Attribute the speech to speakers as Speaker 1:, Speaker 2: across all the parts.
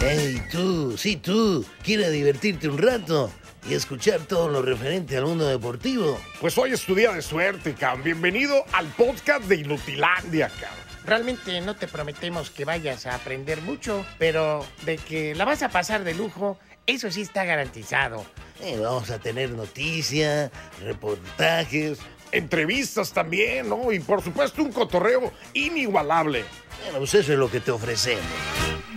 Speaker 1: Hey, tú, sí, tú, ¿quieres divertirte un rato y escuchar todo lo referente al mundo deportivo?
Speaker 2: Pues hoy es tu día de suerte, cabrón. Bienvenido al podcast de Inutilandia, cabrón.
Speaker 3: Realmente no te prometemos que vayas a aprender mucho, pero de que la vas a pasar de lujo, eso sí está garantizado.
Speaker 1: Eh, vamos a tener noticias, reportajes.
Speaker 2: Entrevistas también, ¿no? Y por supuesto un cotorreo inigualable.
Speaker 1: Bueno, pues eso es lo que te ofrecemos.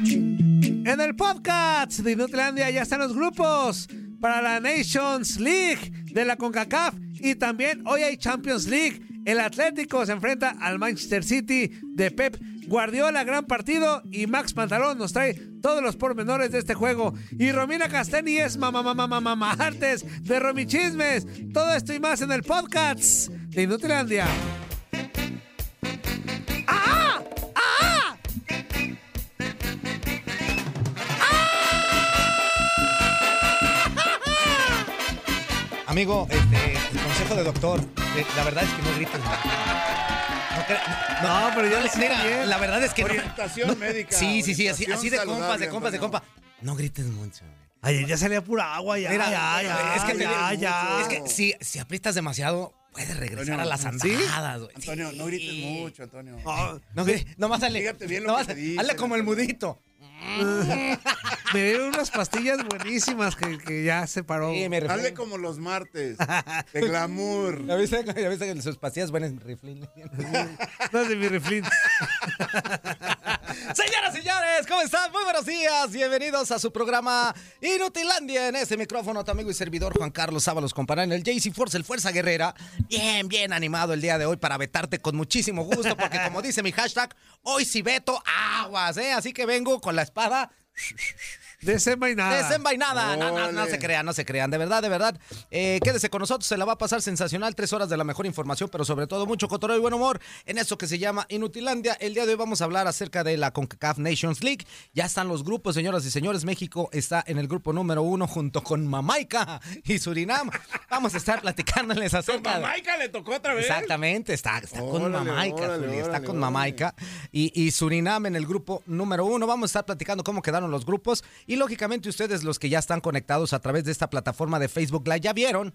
Speaker 4: En el podcast de Inutlandia ya están los grupos para la Nations League de la CONCACAF y también hoy hay Champions League. El Atlético se enfrenta al Manchester City de Pep Guardiola, gran partido. Y Max Pantalón nos trae todos los pormenores de este juego. Y Romina Castani es mamá, mamá, mamá, mamá, artes de Romichismes. Todo esto y más en el podcast de Inutilandia. ¡Ah! ¡Ah!
Speaker 5: Amigo, este, el consejo de doctor, eh, la verdad es que no grites. No cre-
Speaker 4: No, pero yo le sé
Speaker 5: Mira,
Speaker 4: bien.
Speaker 5: la verdad es que no-
Speaker 6: Orientación
Speaker 5: no-
Speaker 6: médica,
Speaker 5: Sí, sí, sí, así,
Speaker 6: orientación
Speaker 5: así de compas, de
Speaker 6: saludable,
Speaker 5: compas, de
Speaker 6: Antonio.
Speaker 5: compas. No grites mucho. güey.
Speaker 4: Ayer ya salía pura agua, ya,
Speaker 5: Mira, eh,
Speaker 4: ya, ya,
Speaker 5: es que te-
Speaker 4: ya, ya.
Speaker 5: Es que si, si aprietas demasiado, puedes regresar
Speaker 6: Antonio,
Speaker 5: a las andajadas, güey.
Speaker 6: Antonio, no grites mucho, Antonio.
Speaker 4: Ah,
Speaker 5: No, gri- nomás hazle.
Speaker 6: Fíjate bien lo
Speaker 5: nomás-
Speaker 6: que te dicen,
Speaker 5: hazle como el mudito.
Speaker 4: me dieron unas pastillas buenísimas que, que ya se paró.
Speaker 5: Sí, me
Speaker 6: Hazle
Speaker 5: riflé.
Speaker 6: como los martes, de glamour.
Speaker 5: ¿Ya viste, ya viste que sus pastillas buenas riflín.
Speaker 4: No es de mi reflín.
Speaker 5: Señoras y señores, ¿cómo están? Muy buenos días. Bienvenidos a su programa Inutilandia. En este micrófono, tu amigo y servidor Juan Carlos Sábalos Comparán, el JC Force, el Fuerza Guerrera. Bien, bien animado el día de hoy para vetarte con muchísimo gusto, porque como dice mi hashtag, hoy sí veto aguas, ¿eh? Así que vengo con la espada
Speaker 4: Desemba y nada.
Speaker 5: Desenvainada. No, no, no
Speaker 6: Ole.
Speaker 5: se crean, no se crean. De verdad, de verdad. Eh, quédese con nosotros, se la va a pasar sensacional. Tres horas de la mejor información, pero sobre todo mucho cotorreo y buen humor en esto que se llama Inutilandia. El día de hoy vamos a hablar acerca de la CONCACAF Nations League. Ya están los grupos, señoras y señores. México está en el grupo número uno junto con Mamaica y Surinam. Vamos a estar platicándoles acerca de...
Speaker 2: Jamaica le tocó otra
Speaker 5: Exactamente, está, está con
Speaker 6: Órale,
Speaker 5: Mamaica,
Speaker 6: órale,
Speaker 5: Juli, está
Speaker 6: órale,
Speaker 5: con
Speaker 6: órale.
Speaker 5: Mamaica. Y, y Surinam en el grupo número uno. Vamos a estar platicando cómo quedaron los grupos. Y lógicamente ustedes, los que ya están conectados a través de esta plataforma de Facebook Live, ya vieron.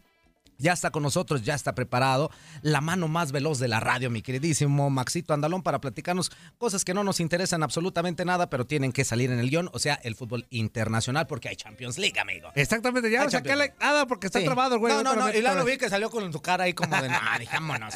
Speaker 5: Ya está con nosotros, ya está preparado. La mano más veloz de la radio, mi queridísimo Maxito Andalón, para platicarnos cosas que no nos interesan absolutamente nada, pero tienen que salir en el guión, o sea, el fútbol internacional, porque hay Champions League, amigo.
Speaker 4: Exactamente, ya
Speaker 5: Ay,
Speaker 4: no saqué
Speaker 5: campeón.
Speaker 4: la nada porque está
Speaker 5: Ah, Sí.
Speaker 4: trabado, güey.
Speaker 5: No, no,
Speaker 4: otra
Speaker 5: no.
Speaker 4: vez,
Speaker 5: Y
Speaker 4: otra
Speaker 5: luego lo
Speaker 4: vez.
Speaker 5: vi que salió con tu cara ahí como de, no, dejámonos.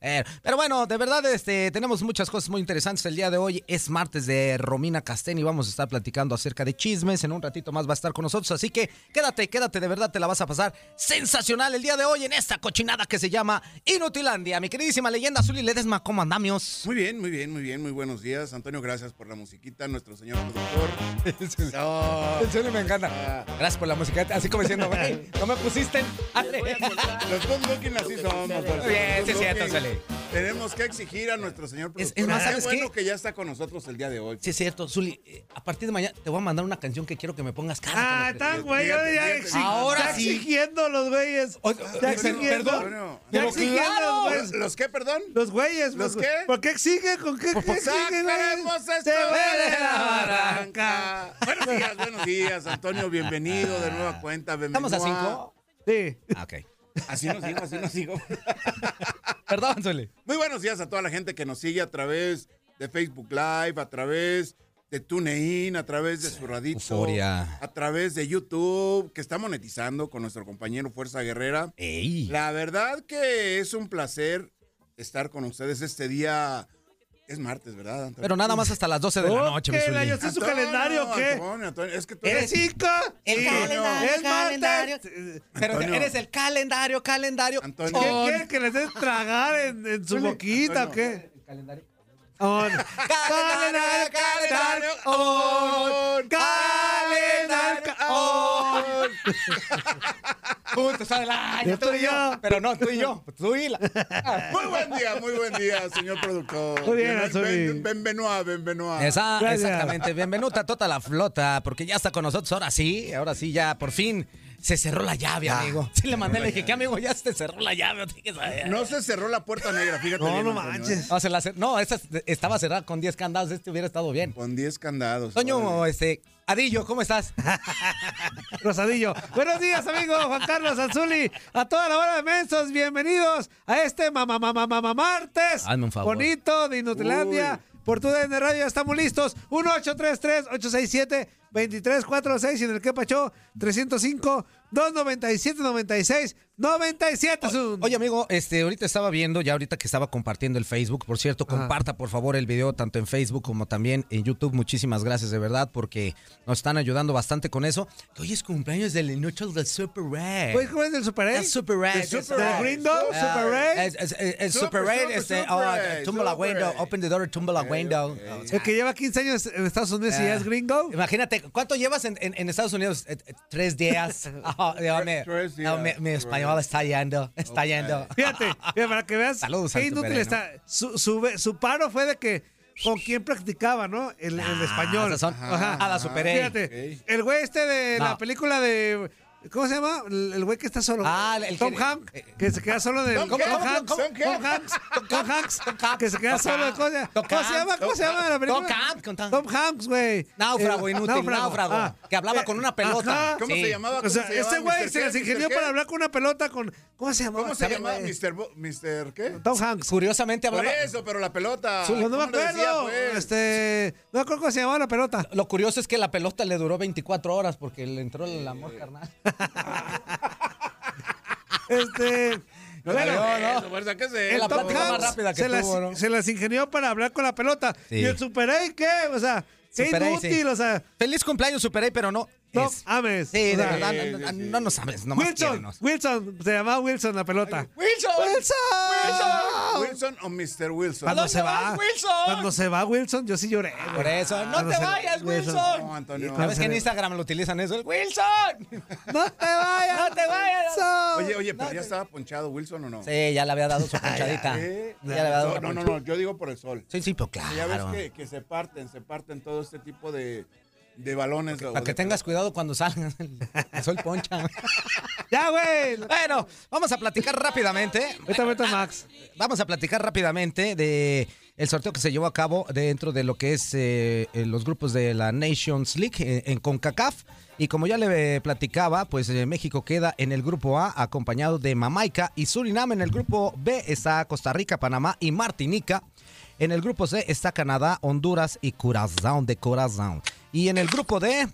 Speaker 5: Eh, Pero bueno, de verdad, este, tenemos muchas cosas muy interesantes el día de hoy. Es martes de Romina Castén y vamos a estar platicando acerca de chismes. En un ratito más va a estar con nosotros. Así que quédate, quédate, de verdad te la vas a pasar sensacional el día de hoy en esta cochinada que se llama Inutilandia. Mi queridísima leyenda Zuli Ledesma, ¿cómo andamios?
Speaker 6: Muy bien, muy bien, muy bien, muy buenos días. Antonio, gracias por la musiquita, nuestro señor productor. No,
Speaker 5: me encanta. Gracias por la música. Así como diciendo, "Güey, no me pusiste.
Speaker 6: los dos looking así somos. Antonio,
Speaker 5: bien,
Speaker 6: los
Speaker 5: sí es cierto,
Speaker 6: looking.
Speaker 5: Sale.
Speaker 6: Tenemos que exigir a nuestro señor
Speaker 5: Es- es
Speaker 6: productor.
Speaker 5: más,
Speaker 6: qué
Speaker 5: ¿sabes
Speaker 6: bueno
Speaker 5: qué?
Speaker 6: que ya está con nosotros el día de hoy.
Speaker 5: Sí, es cierto, Zuli. eh, A partir de mañana te voy a mandar una canción que quiero que me pongas cara.
Speaker 4: Ah,
Speaker 5: con la-
Speaker 4: están, güey, ya, ya
Speaker 6: Fíjate,
Speaker 4: exi-
Speaker 6: fíjate.
Speaker 5: Ahora
Speaker 4: ya
Speaker 5: sí.
Speaker 4: exigiendo los güeyes.
Speaker 5: O-
Speaker 4: Ya
Speaker 5: per-
Speaker 4: exigiendo.
Speaker 5: perdón.
Speaker 6: Antonio, ¿eh?
Speaker 4: Ya
Speaker 5: Pero
Speaker 4: exigiendo
Speaker 5: claro.
Speaker 4: los güeyes.
Speaker 6: ¿Los qué, perdón?
Speaker 4: Los güeyes,
Speaker 6: ¿Los
Speaker 4: güey.
Speaker 6: qué? Pues,
Speaker 4: ¿Por qué exigen? ¿Con qué qué exigen, güey?
Speaker 6: ¡Sacaremos esto
Speaker 4: Se ve
Speaker 6: de
Speaker 4: de la barranca.
Speaker 6: Buenos días, buenos días, Antonio, bienvenido de nueva cuenta.
Speaker 5: Ah. Estamos a
Speaker 6: bienvenido
Speaker 5: cinco.
Speaker 4: Sí.
Speaker 5: Ah, ok.
Speaker 6: Así nos digo, así nos digo.
Speaker 5: Perdón, Zuli.
Speaker 6: Muy buenos días a toda la gente que nos sigue a través de Facebook Live, a través de TuneIn, a través de su radito,
Speaker 5: Euforia.
Speaker 6: a través de YouTube, que está monetizando con nuestro compañero Fuerza Guerrera.
Speaker 5: Ey.
Speaker 6: La verdad que es un placer estar con ustedes este día. Es martes, ¿verdad? Antonio?
Speaker 5: Pero nada más hasta las 12 de la noche, mi
Speaker 4: ¿Qué,
Speaker 5: Zuli.
Speaker 4: la- yo sé su calendario o qué?
Speaker 6: Antonio, Antonio, es que tú
Speaker 4: ¿El
Speaker 6: eres...
Speaker 4: cinco?
Speaker 5: El
Speaker 4: Sí.
Speaker 5: calendario,
Speaker 4: El
Speaker 5: calendario.
Speaker 4: martes.
Speaker 5: Pero
Speaker 6: Antonio.
Speaker 5: eres el calendario, calendario.
Speaker 6: Antonio.
Speaker 4: ¿Qué
Speaker 5: On.
Speaker 4: quiere que les den tragar en, en su boquita o qué? on. Calendar, calendar on. Calendar on.
Speaker 5: Juntos sale la. Yo
Speaker 4: Tú y yo.
Speaker 5: Pero no, tú y yo. Tú y la.
Speaker 6: Muy buen día, muy buen día, señor productor.
Speaker 4: Muy bien,
Speaker 6: Bien-
Speaker 4: Anthony.
Speaker 6: ben- Benvenoa, benvenoa.
Speaker 5: Esa-
Speaker 4: Gracias.
Speaker 5: exactamente. Bienvenuta a toda la flota, porque ya está con nosotros. Ahora sí, ahora sí, ya por fin se cerró la llave,
Speaker 4: Ah,
Speaker 5: amigo. Sí, le mandé, le dije, ¿qué amigo? Ya se te cerró la llave. no te quejes, ay, ay".
Speaker 6: No se cerró la puerta negra, fíjate.
Speaker 4: No,
Speaker 6: bien,
Speaker 4: no
Speaker 6: Antonio, ¿eh?
Speaker 4: manches.
Speaker 5: No, se la cer- no, esa estaba cerrada con 10 candados. Este hubiera estado bien.
Speaker 6: Con 10 candados.
Speaker 5: Toño,
Speaker 6: órale.
Speaker 5: este, Adillo, ¿cómo estás?
Speaker 4: Rosadillo. Buenos días, amigo Juan Carlos Azuli. A toda la hora de mensos, bienvenidos a este mamá, mamá, mamá, martes.
Speaker 5: Hazme un favor.
Speaker 4: Bonito de Inutilandia. Por tu DN Radio ya estamos listos. 1-833-867-2346 y en el que pachó 305-297-96-97. Zun.
Speaker 5: Oye, amigo, este, ahorita estaba viendo, ya ahorita que estaba compartiendo el Facebook, por cierto,
Speaker 4: Ajá.
Speaker 5: comparta por favor el video tanto en Facebook como también en YouTube. Muchísimas gracias, de verdad, porque nos están ayudando bastante con eso. Que Hoy es cumpleaños del Nacho del Super Red.
Speaker 4: Pues, ¿cómo es el Super
Speaker 5: El
Speaker 4: Eight?
Speaker 5: Super Red.
Speaker 6: Del Super
Speaker 4: ¿Del
Speaker 6: Red.
Speaker 4: gringo?
Speaker 6: Super
Speaker 4: ¿Super Red?
Speaker 5: Ah, Es, es- es- es
Speaker 6: Super,
Speaker 5: Super Red,
Speaker 6: super,
Speaker 5: este,
Speaker 6: super
Speaker 5: oh,
Speaker 6: Red,
Speaker 5: tumble la
Speaker 6: super
Speaker 5: window,
Speaker 6: Red.
Speaker 5: open the door, tumble la window. Oh,
Speaker 4: El que lleva 15 años en Estados Unidos y ya es gringo.
Speaker 5: Imagínate, ¿cuánto llevas en, en- en Estados Unidos? Eh, eh, Tres días. Ah, Dios mío.
Speaker 6: Tres
Speaker 5: No, mi,
Speaker 6: días.
Speaker 5: mi español está yendo, está yendo.
Speaker 4: Fíjate, mira, para que veas
Speaker 5: Saludos,
Speaker 4: qué
Speaker 5: Santo
Speaker 4: inútil
Speaker 5: Pere,
Speaker 4: está. Su, su, su paro fue de que con quién practicaba, ¿no? El, el español.
Speaker 5: esas son- ah, la superé.
Speaker 4: Fíjate, el güey este de
Speaker 5: No.
Speaker 4: la película de... ¿Cómo se llama? El el güey que está solo.
Speaker 5: Ah, el- el
Speaker 4: Tom
Speaker 5: que-
Speaker 4: Hanks,
Speaker 5: eh,
Speaker 4: que se queda solo de...
Speaker 6: Tom
Speaker 4: Tom
Speaker 6: Hanks,
Speaker 4: Hanks.
Speaker 6: Tom
Speaker 4: Tom
Speaker 6: Hanks.
Speaker 4: Hanks. Tom Hanks. Que se queda
Speaker 5: Tom
Speaker 4: solo de...
Speaker 5: Hanks.
Speaker 4: ¿Cómo se
Speaker 5: Tom
Speaker 4: ¿Cómo se llama?
Speaker 5: Hanks.
Speaker 4: ¿Cómo se llama la película?
Speaker 5: Tom Hanks, con Tom-
Speaker 4: Tom Hanks, güey.
Speaker 5: Náufrago
Speaker 4: Eh,
Speaker 5: inútil, náufrago, que hablaba con una pelota.
Speaker 4: Ah, Ajá.
Speaker 6: ¿Cómo
Speaker 5: Sí.
Speaker 6: se llamaba?
Speaker 4: O
Speaker 6: ¿Cómo
Speaker 4: sea,
Speaker 6: se llamaba
Speaker 4: este güey
Speaker 6: Mr.
Speaker 4: se las
Speaker 6: qué?
Speaker 4: ingenió
Speaker 6: ¿Mr.
Speaker 4: para
Speaker 6: qué?
Speaker 4: hablar con una pelota con... ¿Cómo se llamaba?
Speaker 6: ¿Cómo se
Speaker 4: ¿Sabe, eh,
Speaker 6: llamaba?
Speaker 4: güey?
Speaker 6: ¿Mr. Bo- Mr. qué?
Speaker 4: Tom Hanks.
Speaker 5: Curiosamente
Speaker 6: Por
Speaker 5: hablaba.
Speaker 6: eso, pero la pelota.
Speaker 5: Ah,
Speaker 4: Pues no me
Speaker 6: ¿Cómo le decía,
Speaker 4: acuerdo.
Speaker 6: pues?
Speaker 4: Este, no me acuerdo cómo se llamaba la pelota.
Speaker 5: Lo curioso es que la pelota le duró 24 horas porque le entró el amor carnal.
Speaker 4: Este,
Speaker 6: No,
Speaker 4: bueno,
Speaker 6: no, no.
Speaker 5: no.
Speaker 6: Eso, fuerza, Pues, ¿qué es esto?
Speaker 5: la
Speaker 4: Tom
Speaker 5: plática más
Speaker 4: Hanks
Speaker 5: rápida que
Speaker 4: se, las,
Speaker 5: tuvo, ¿no?
Speaker 4: se las ingenió para hablar con la pelota.
Speaker 5: Sí.
Speaker 4: Y el Super A, ¿qué? O sea, qué
Speaker 5: Super A,
Speaker 4: inútil,
Speaker 5: sí.
Speaker 4: o sea,
Speaker 5: Feliz cumpleaños, superé, pero no.
Speaker 4: no
Speaker 5: es.
Speaker 4: ames.
Speaker 5: Sí, de
Speaker 4: o sea,
Speaker 5: verdad,
Speaker 6: sí,
Speaker 5: no, no,
Speaker 6: sí, sí.
Speaker 5: no nos ames, nomás
Speaker 4: Wilson,
Speaker 5: quiérenos.
Speaker 4: Wilson, se llamaba Wilson la pelota.
Speaker 5: ¡Wilson!
Speaker 6: Wilson.
Speaker 4: ¡Oh!
Speaker 5: ¡Wilson!
Speaker 6: Wilson o Mr. Wilson.
Speaker 4: Cuando
Speaker 5: dónde
Speaker 4: se va,
Speaker 5: vas, Wilson?
Speaker 4: cuando se va Wilson, yo sí lloré. güey.
Speaker 5: Por eso, no
Speaker 4: Cuando
Speaker 5: te
Speaker 4: se-
Speaker 5: vayas, Wilson.
Speaker 6: No, Antonio.
Speaker 5: ¿Sabes que en Instagram lo utilizan eso? El ¡Wilson!
Speaker 4: No te vayas,
Speaker 5: No te vayas.
Speaker 4: Wilson.
Speaker 6: Oye, oye, pero ya estaba ponchado Wilson o no?
Speaker 5: Sí, ya le había dado su ponchadita.
Speaker 6: ¿Eh?
Speaker 5: Ya le había dado
Speaker 6: No,
Speaker 5: una
Speaker 6: no, no,
Speaker 5: ponchadita.
Speaker 6: no, yo digo por el sol.
Speaker 5: Sí, sí, pero
Speaker 6: Ya ves
Speaker 5: claro.
Speaker 6: que, que se parten, se parten todo este tipo de, de balones. o
Speaker 5: Para
Speaker 6: de-
Speaker 5: que tengas cuidado cuando salgan. El sol poncha.
Speaker 4: Ya, güey.
Speaker 5: Bueno, vamos a platicar rápidamente.
Speaker 4: Ahorita meto a Max.
Speaker 5: Vamos a platicar rápidamente de el sorteo que se llevó a cabo dentro de lo que es eh, eh, los grupos de la Nations League eh, en CONCACAF. Y como ya le eh, platicaba, pues eh, México queda en el grupo A acompañado de Mamaica y Surinam. En el grupo B está Costa Rica, Panamá y Martinica. En el grupo C está Canadá, Honduras y Curazao de Curazao. Y en el grupo D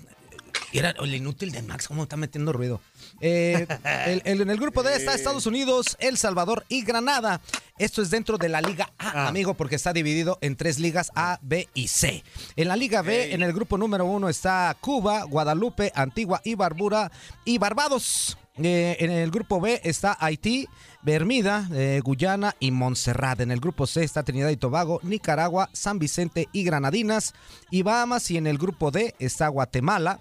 Speaker 5: era el inútil de Max, ¿cómo está metiendo ruido? Eh, el- el- en el grupo D está Estados Unidos, El Salvador y Granada. Esto es dentro de la Liga A, amigo, porque está dividido en tres ligas A, B y C. En la Liga B, en el grupo número uno está Cuba, Guadalupe, Antigua y Barbura y Barbados. Eh, en el grupo B está Haití, Bermuda, eh, Guyana y Montserrat. En el grupo C está Trinidad y Tobago, Nicaragua, San Vicente y Granadinas y Bahamas. Y en el grupo D está Guatemala,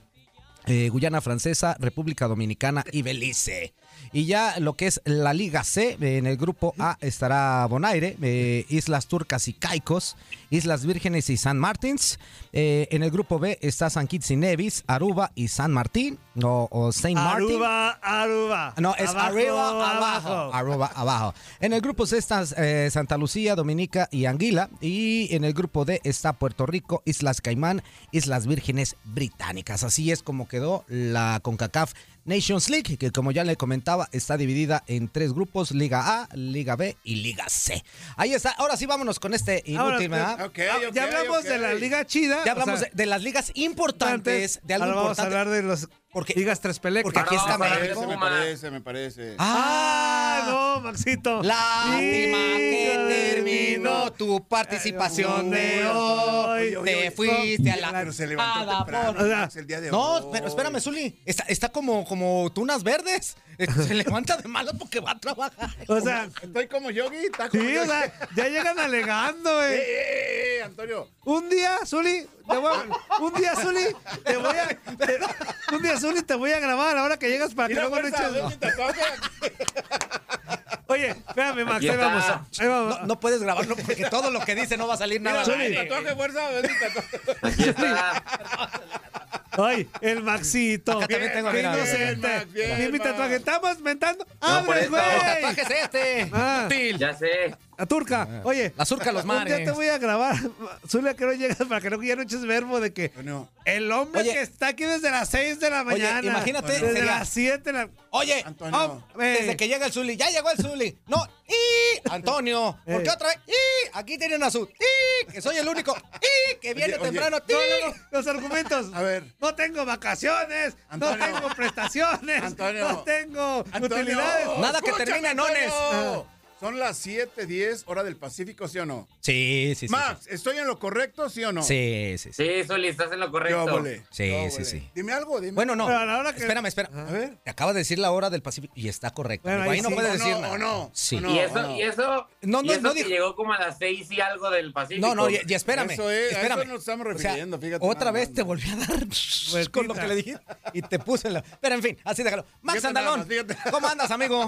Speaker 5: eh, Guyana Francesa, República Dominicana y Belice. Y ya lo que es la Liga C, eh, en el grupo A estará Bonaire, eh, Islas Turcas y Caicos, Islas Vírgenes y San Martins. Eh, en el grupo B está San Kitts y Nevis, Aruba y San Martín, o, o Saint Martin.
Speaker 4: Aruba, Aruba.
Speaker 5: No, es
Speaker 4: Abajo,
Speaker 5: arriba, abajo. Arriba, abajo. En el grupo C están eh, Santa Lucía, Dominica y Anguila. Y en el grupo D está Puerto Rico, Islas Caimán, Islas Vírgenes Británicas. Así es como quedó la CONCACAF Nations League, que como ya le comentaba, está dividida en tres grupos, Liga A, Liga B y Liga C. Ahí está. Ahora sí, vámonos con este
Speaker 4: Ahora,
Speaker 5: inútil, ¿verdad?
Speaker 6: Ok,
Speaker 4: Ah,
Speaker 6: ok,
Speaker 4: ya hablamos
Speaker 6: ok.
Speaker 4: de la liga chida.
Speaker 5: Ya
Speaker 4: o
Speaker 5: hablamos
Speaker 4: sea,
Speaker 5: de, de las ligas importantes, de algo
Speaker 4: Ahora vamos a
Speaker 5: importante.
Speaker 4: hablar de los
Speaker 5: Porque-
Speaker 4: ligas tres
Speaker 5: porque
Speaker 4: pelecas.
Speaker 5: aquí está
Speaker 6: Me
Speaker 5: México.
Speaker 6: parece, me parece, me parece.
Speaker 5: Ah,
Speaker 4: no, Maxito.
Speaker 5: Lástima
Speaker 4: Hijo
Speaker 5: que
Speaker 4: de mi
Speaker 5: terminó
Speaker 4: no.
Speaker 5: tu participación de
Speaker 4: Ay,
Speaker 5: hoy.
Speaker 4: oye,
Speaker 5: Te
Speaker 4: oye,
Speaker 5: fuiste a la.
Speaker 6: Pero se levantó
Speaker 5: hada
Speaker 6: temprano.
Speaker 4: por-
Speaker 6: Max, el día de hoy.
Speaker 5: No, pero espérame, Zuli. Está, está como, como tunas verdes. Eh, Se levanta de malo porque va a trabajar.
Speaker 4: O sea,
Speaker 6: Estoy como Yogi, está como
Speaker 4: sí, o
Speaker 6: Yogi.
Speaker 4: sea, ya llegan alegando,
Speaker 6: Eh,
Speaker 4: güey.
Speaker 6: eh, eh, Antonio.
Speaker 4: Un día, Zuli, te voy a- un día, Zuli, te voy a, te- un día, Zuli, te voy a grabar ahora que llegas para que
Speaker 6: Mira,
Speaker 4: luego no
Speaker 6: fuerza,
Speaker 4: eches-
Speaker 6: ¿dónde te toca?
Speaker 4: Oye, espérame, Max,
Speaker 5: Aquí
Speaker 4: ahí
Speaker 5: está.
Speaker 4: vamos. Ahí vamos.
Speaker 5: No, no puedes grabarlo porque todo lo que dice no va a salir nada.
Speaker 6: Mira,
Speaker 5: al
Speaker 6: ¿dónde
Speaker 5: aire.
Speaker 6: te toca, fuerza? ¿Dónde te toca?
Speaker 4: Ay, el Maxito.
Speaker 5: Acá también tengo,
Speaker 4: qué
Speaker 5: mira, mira,
Speaker 4: inocente.
Speaker 6: mira, Max, bien,
Speaker 4: Bien, mi
Speaker 6: Max.
Speaker 4: tatuaje. Estamos mentando.
Speaker 7: por
Speaker 4: ¡Abre,
Speaker 7: eso.
Speaker 4: güey!
Speaker 5: El tatuaje es este.
Speaker 4: Ah.
Speaker 5: Útil.
Speaker 7: Ya sé.
Speaker 4: La turca. Oye.
Speaker 5: Ah. La surca a los mares.
Speaker 4: Ya te voy a grabar. Zulia, que no llegas para que no, ya no eches verbo de que
Speaker 6: Antonio,
Speaker 4: el hombre
Speaker 5: Oye.
Speaker 4: que está aquí desde las 6 de la mañana.
Speaker 5: imagínate,
Speaker 4: Desde
Speaker 5: sería-
Speaker 4: las 7 de la. eh,
Speaker 5: Oye,
Speaker 6: Antonio.
Speaker 5: oh, desde que llega el Zuli, ya llegó el Zuli. No, y Antonio, porque
Speaker 4: Eh.
Speaker 5: otra vez, y aquí tienen a su, y que soy el único, y que viene
Speaker 6: Oye, oye.
Speaker 5: temprano,
Speaker 4: No,
Speaker 5: "Ti".
Speaker 4: no, no, Los argumentos.
Speaker 6: A ver.
Speaker 4: No tengo vacaciones. No
Speaker 6: Antonio.
Speaker 4: tengo prestaciones.
Speaker 6: Antonio.
Speaker 4: No tengo
Speaker 6: Antonio, Oh,
Speaker 4: utilidades.
Speaker 5: Nada que
Speaker 6: escúchame,
Speaker 5: termine en ones.
Speaker 6: Antonio. Son las 7:10 hora del Pacífico, ¿sí o no?
Speaker 5: Sí, sí, sí.
Speaker 6: Max, ¿estoy en lo correcto, sí o no?
Speaker 5: Sí, sí, sí.
Speaker 7: Sí, Soli, estás en lo
Speaker 6: Qué
Speaker 7: correcto.
Speaker 6: óvole,
Speaker 5: Sí,
Speaker 6: qué
Speaker 5: sí,
Speaker 6: óvole.
Speaker 5: sí.
Speaker 6: Dime algo, dime.
Speaker 5: Bueno, no.
Speaker 4: Pero a la hora que-
Speaker 5: Espérame, espera.
Speaker 6: A ver.
Speaker 5: Te acaba de decir la hora del Pacífico y está correcta.
Speaker 4: Bueno,
Speaker 5: Digo,
Speaker 4: ahí
Speaker 5: ahí no
Speaker 4: sí.
Speaker 5: puedes
Speaker 6: ¿O no,
Speaker 5: decir
Speaker 6: o
Speaker 5: nada.
Speaker 6: no?
Speaker 5: Sí.
Speaker 6: ¿O no?
Speaker 7: Y eso, y eso,
Speaker 5: No,
Speaker 7: y
Speaker 5: no,
Speaker 7: eso
Speaker 5: no
Speaker 7: que
Speaker 5: dijo-
Speaker 7: llegó como a las seis y algo del Pacífico.
Speaker 5: No, no, y, y espérame.
Speaker 6: Eso es, a
Speaker 5: espérame.
Speaker 6: eso nos estamos
Speaker 5: O sea,
Speaker 6: refiriendo, fíjate
Speaker 5: Otra
Speaker 6: nada
Speaker 5: vez
Speaker 6: más.
Speaker 5: te volví a dar con lo que le dije y te puse la. Pero en fin, así déjalo. Max
Speaker 6: Fíjate
Speaker 5: Andalón,
Speaker 6: nada más, fíjate.
Speaker 5: ¿cómo andas, amigo?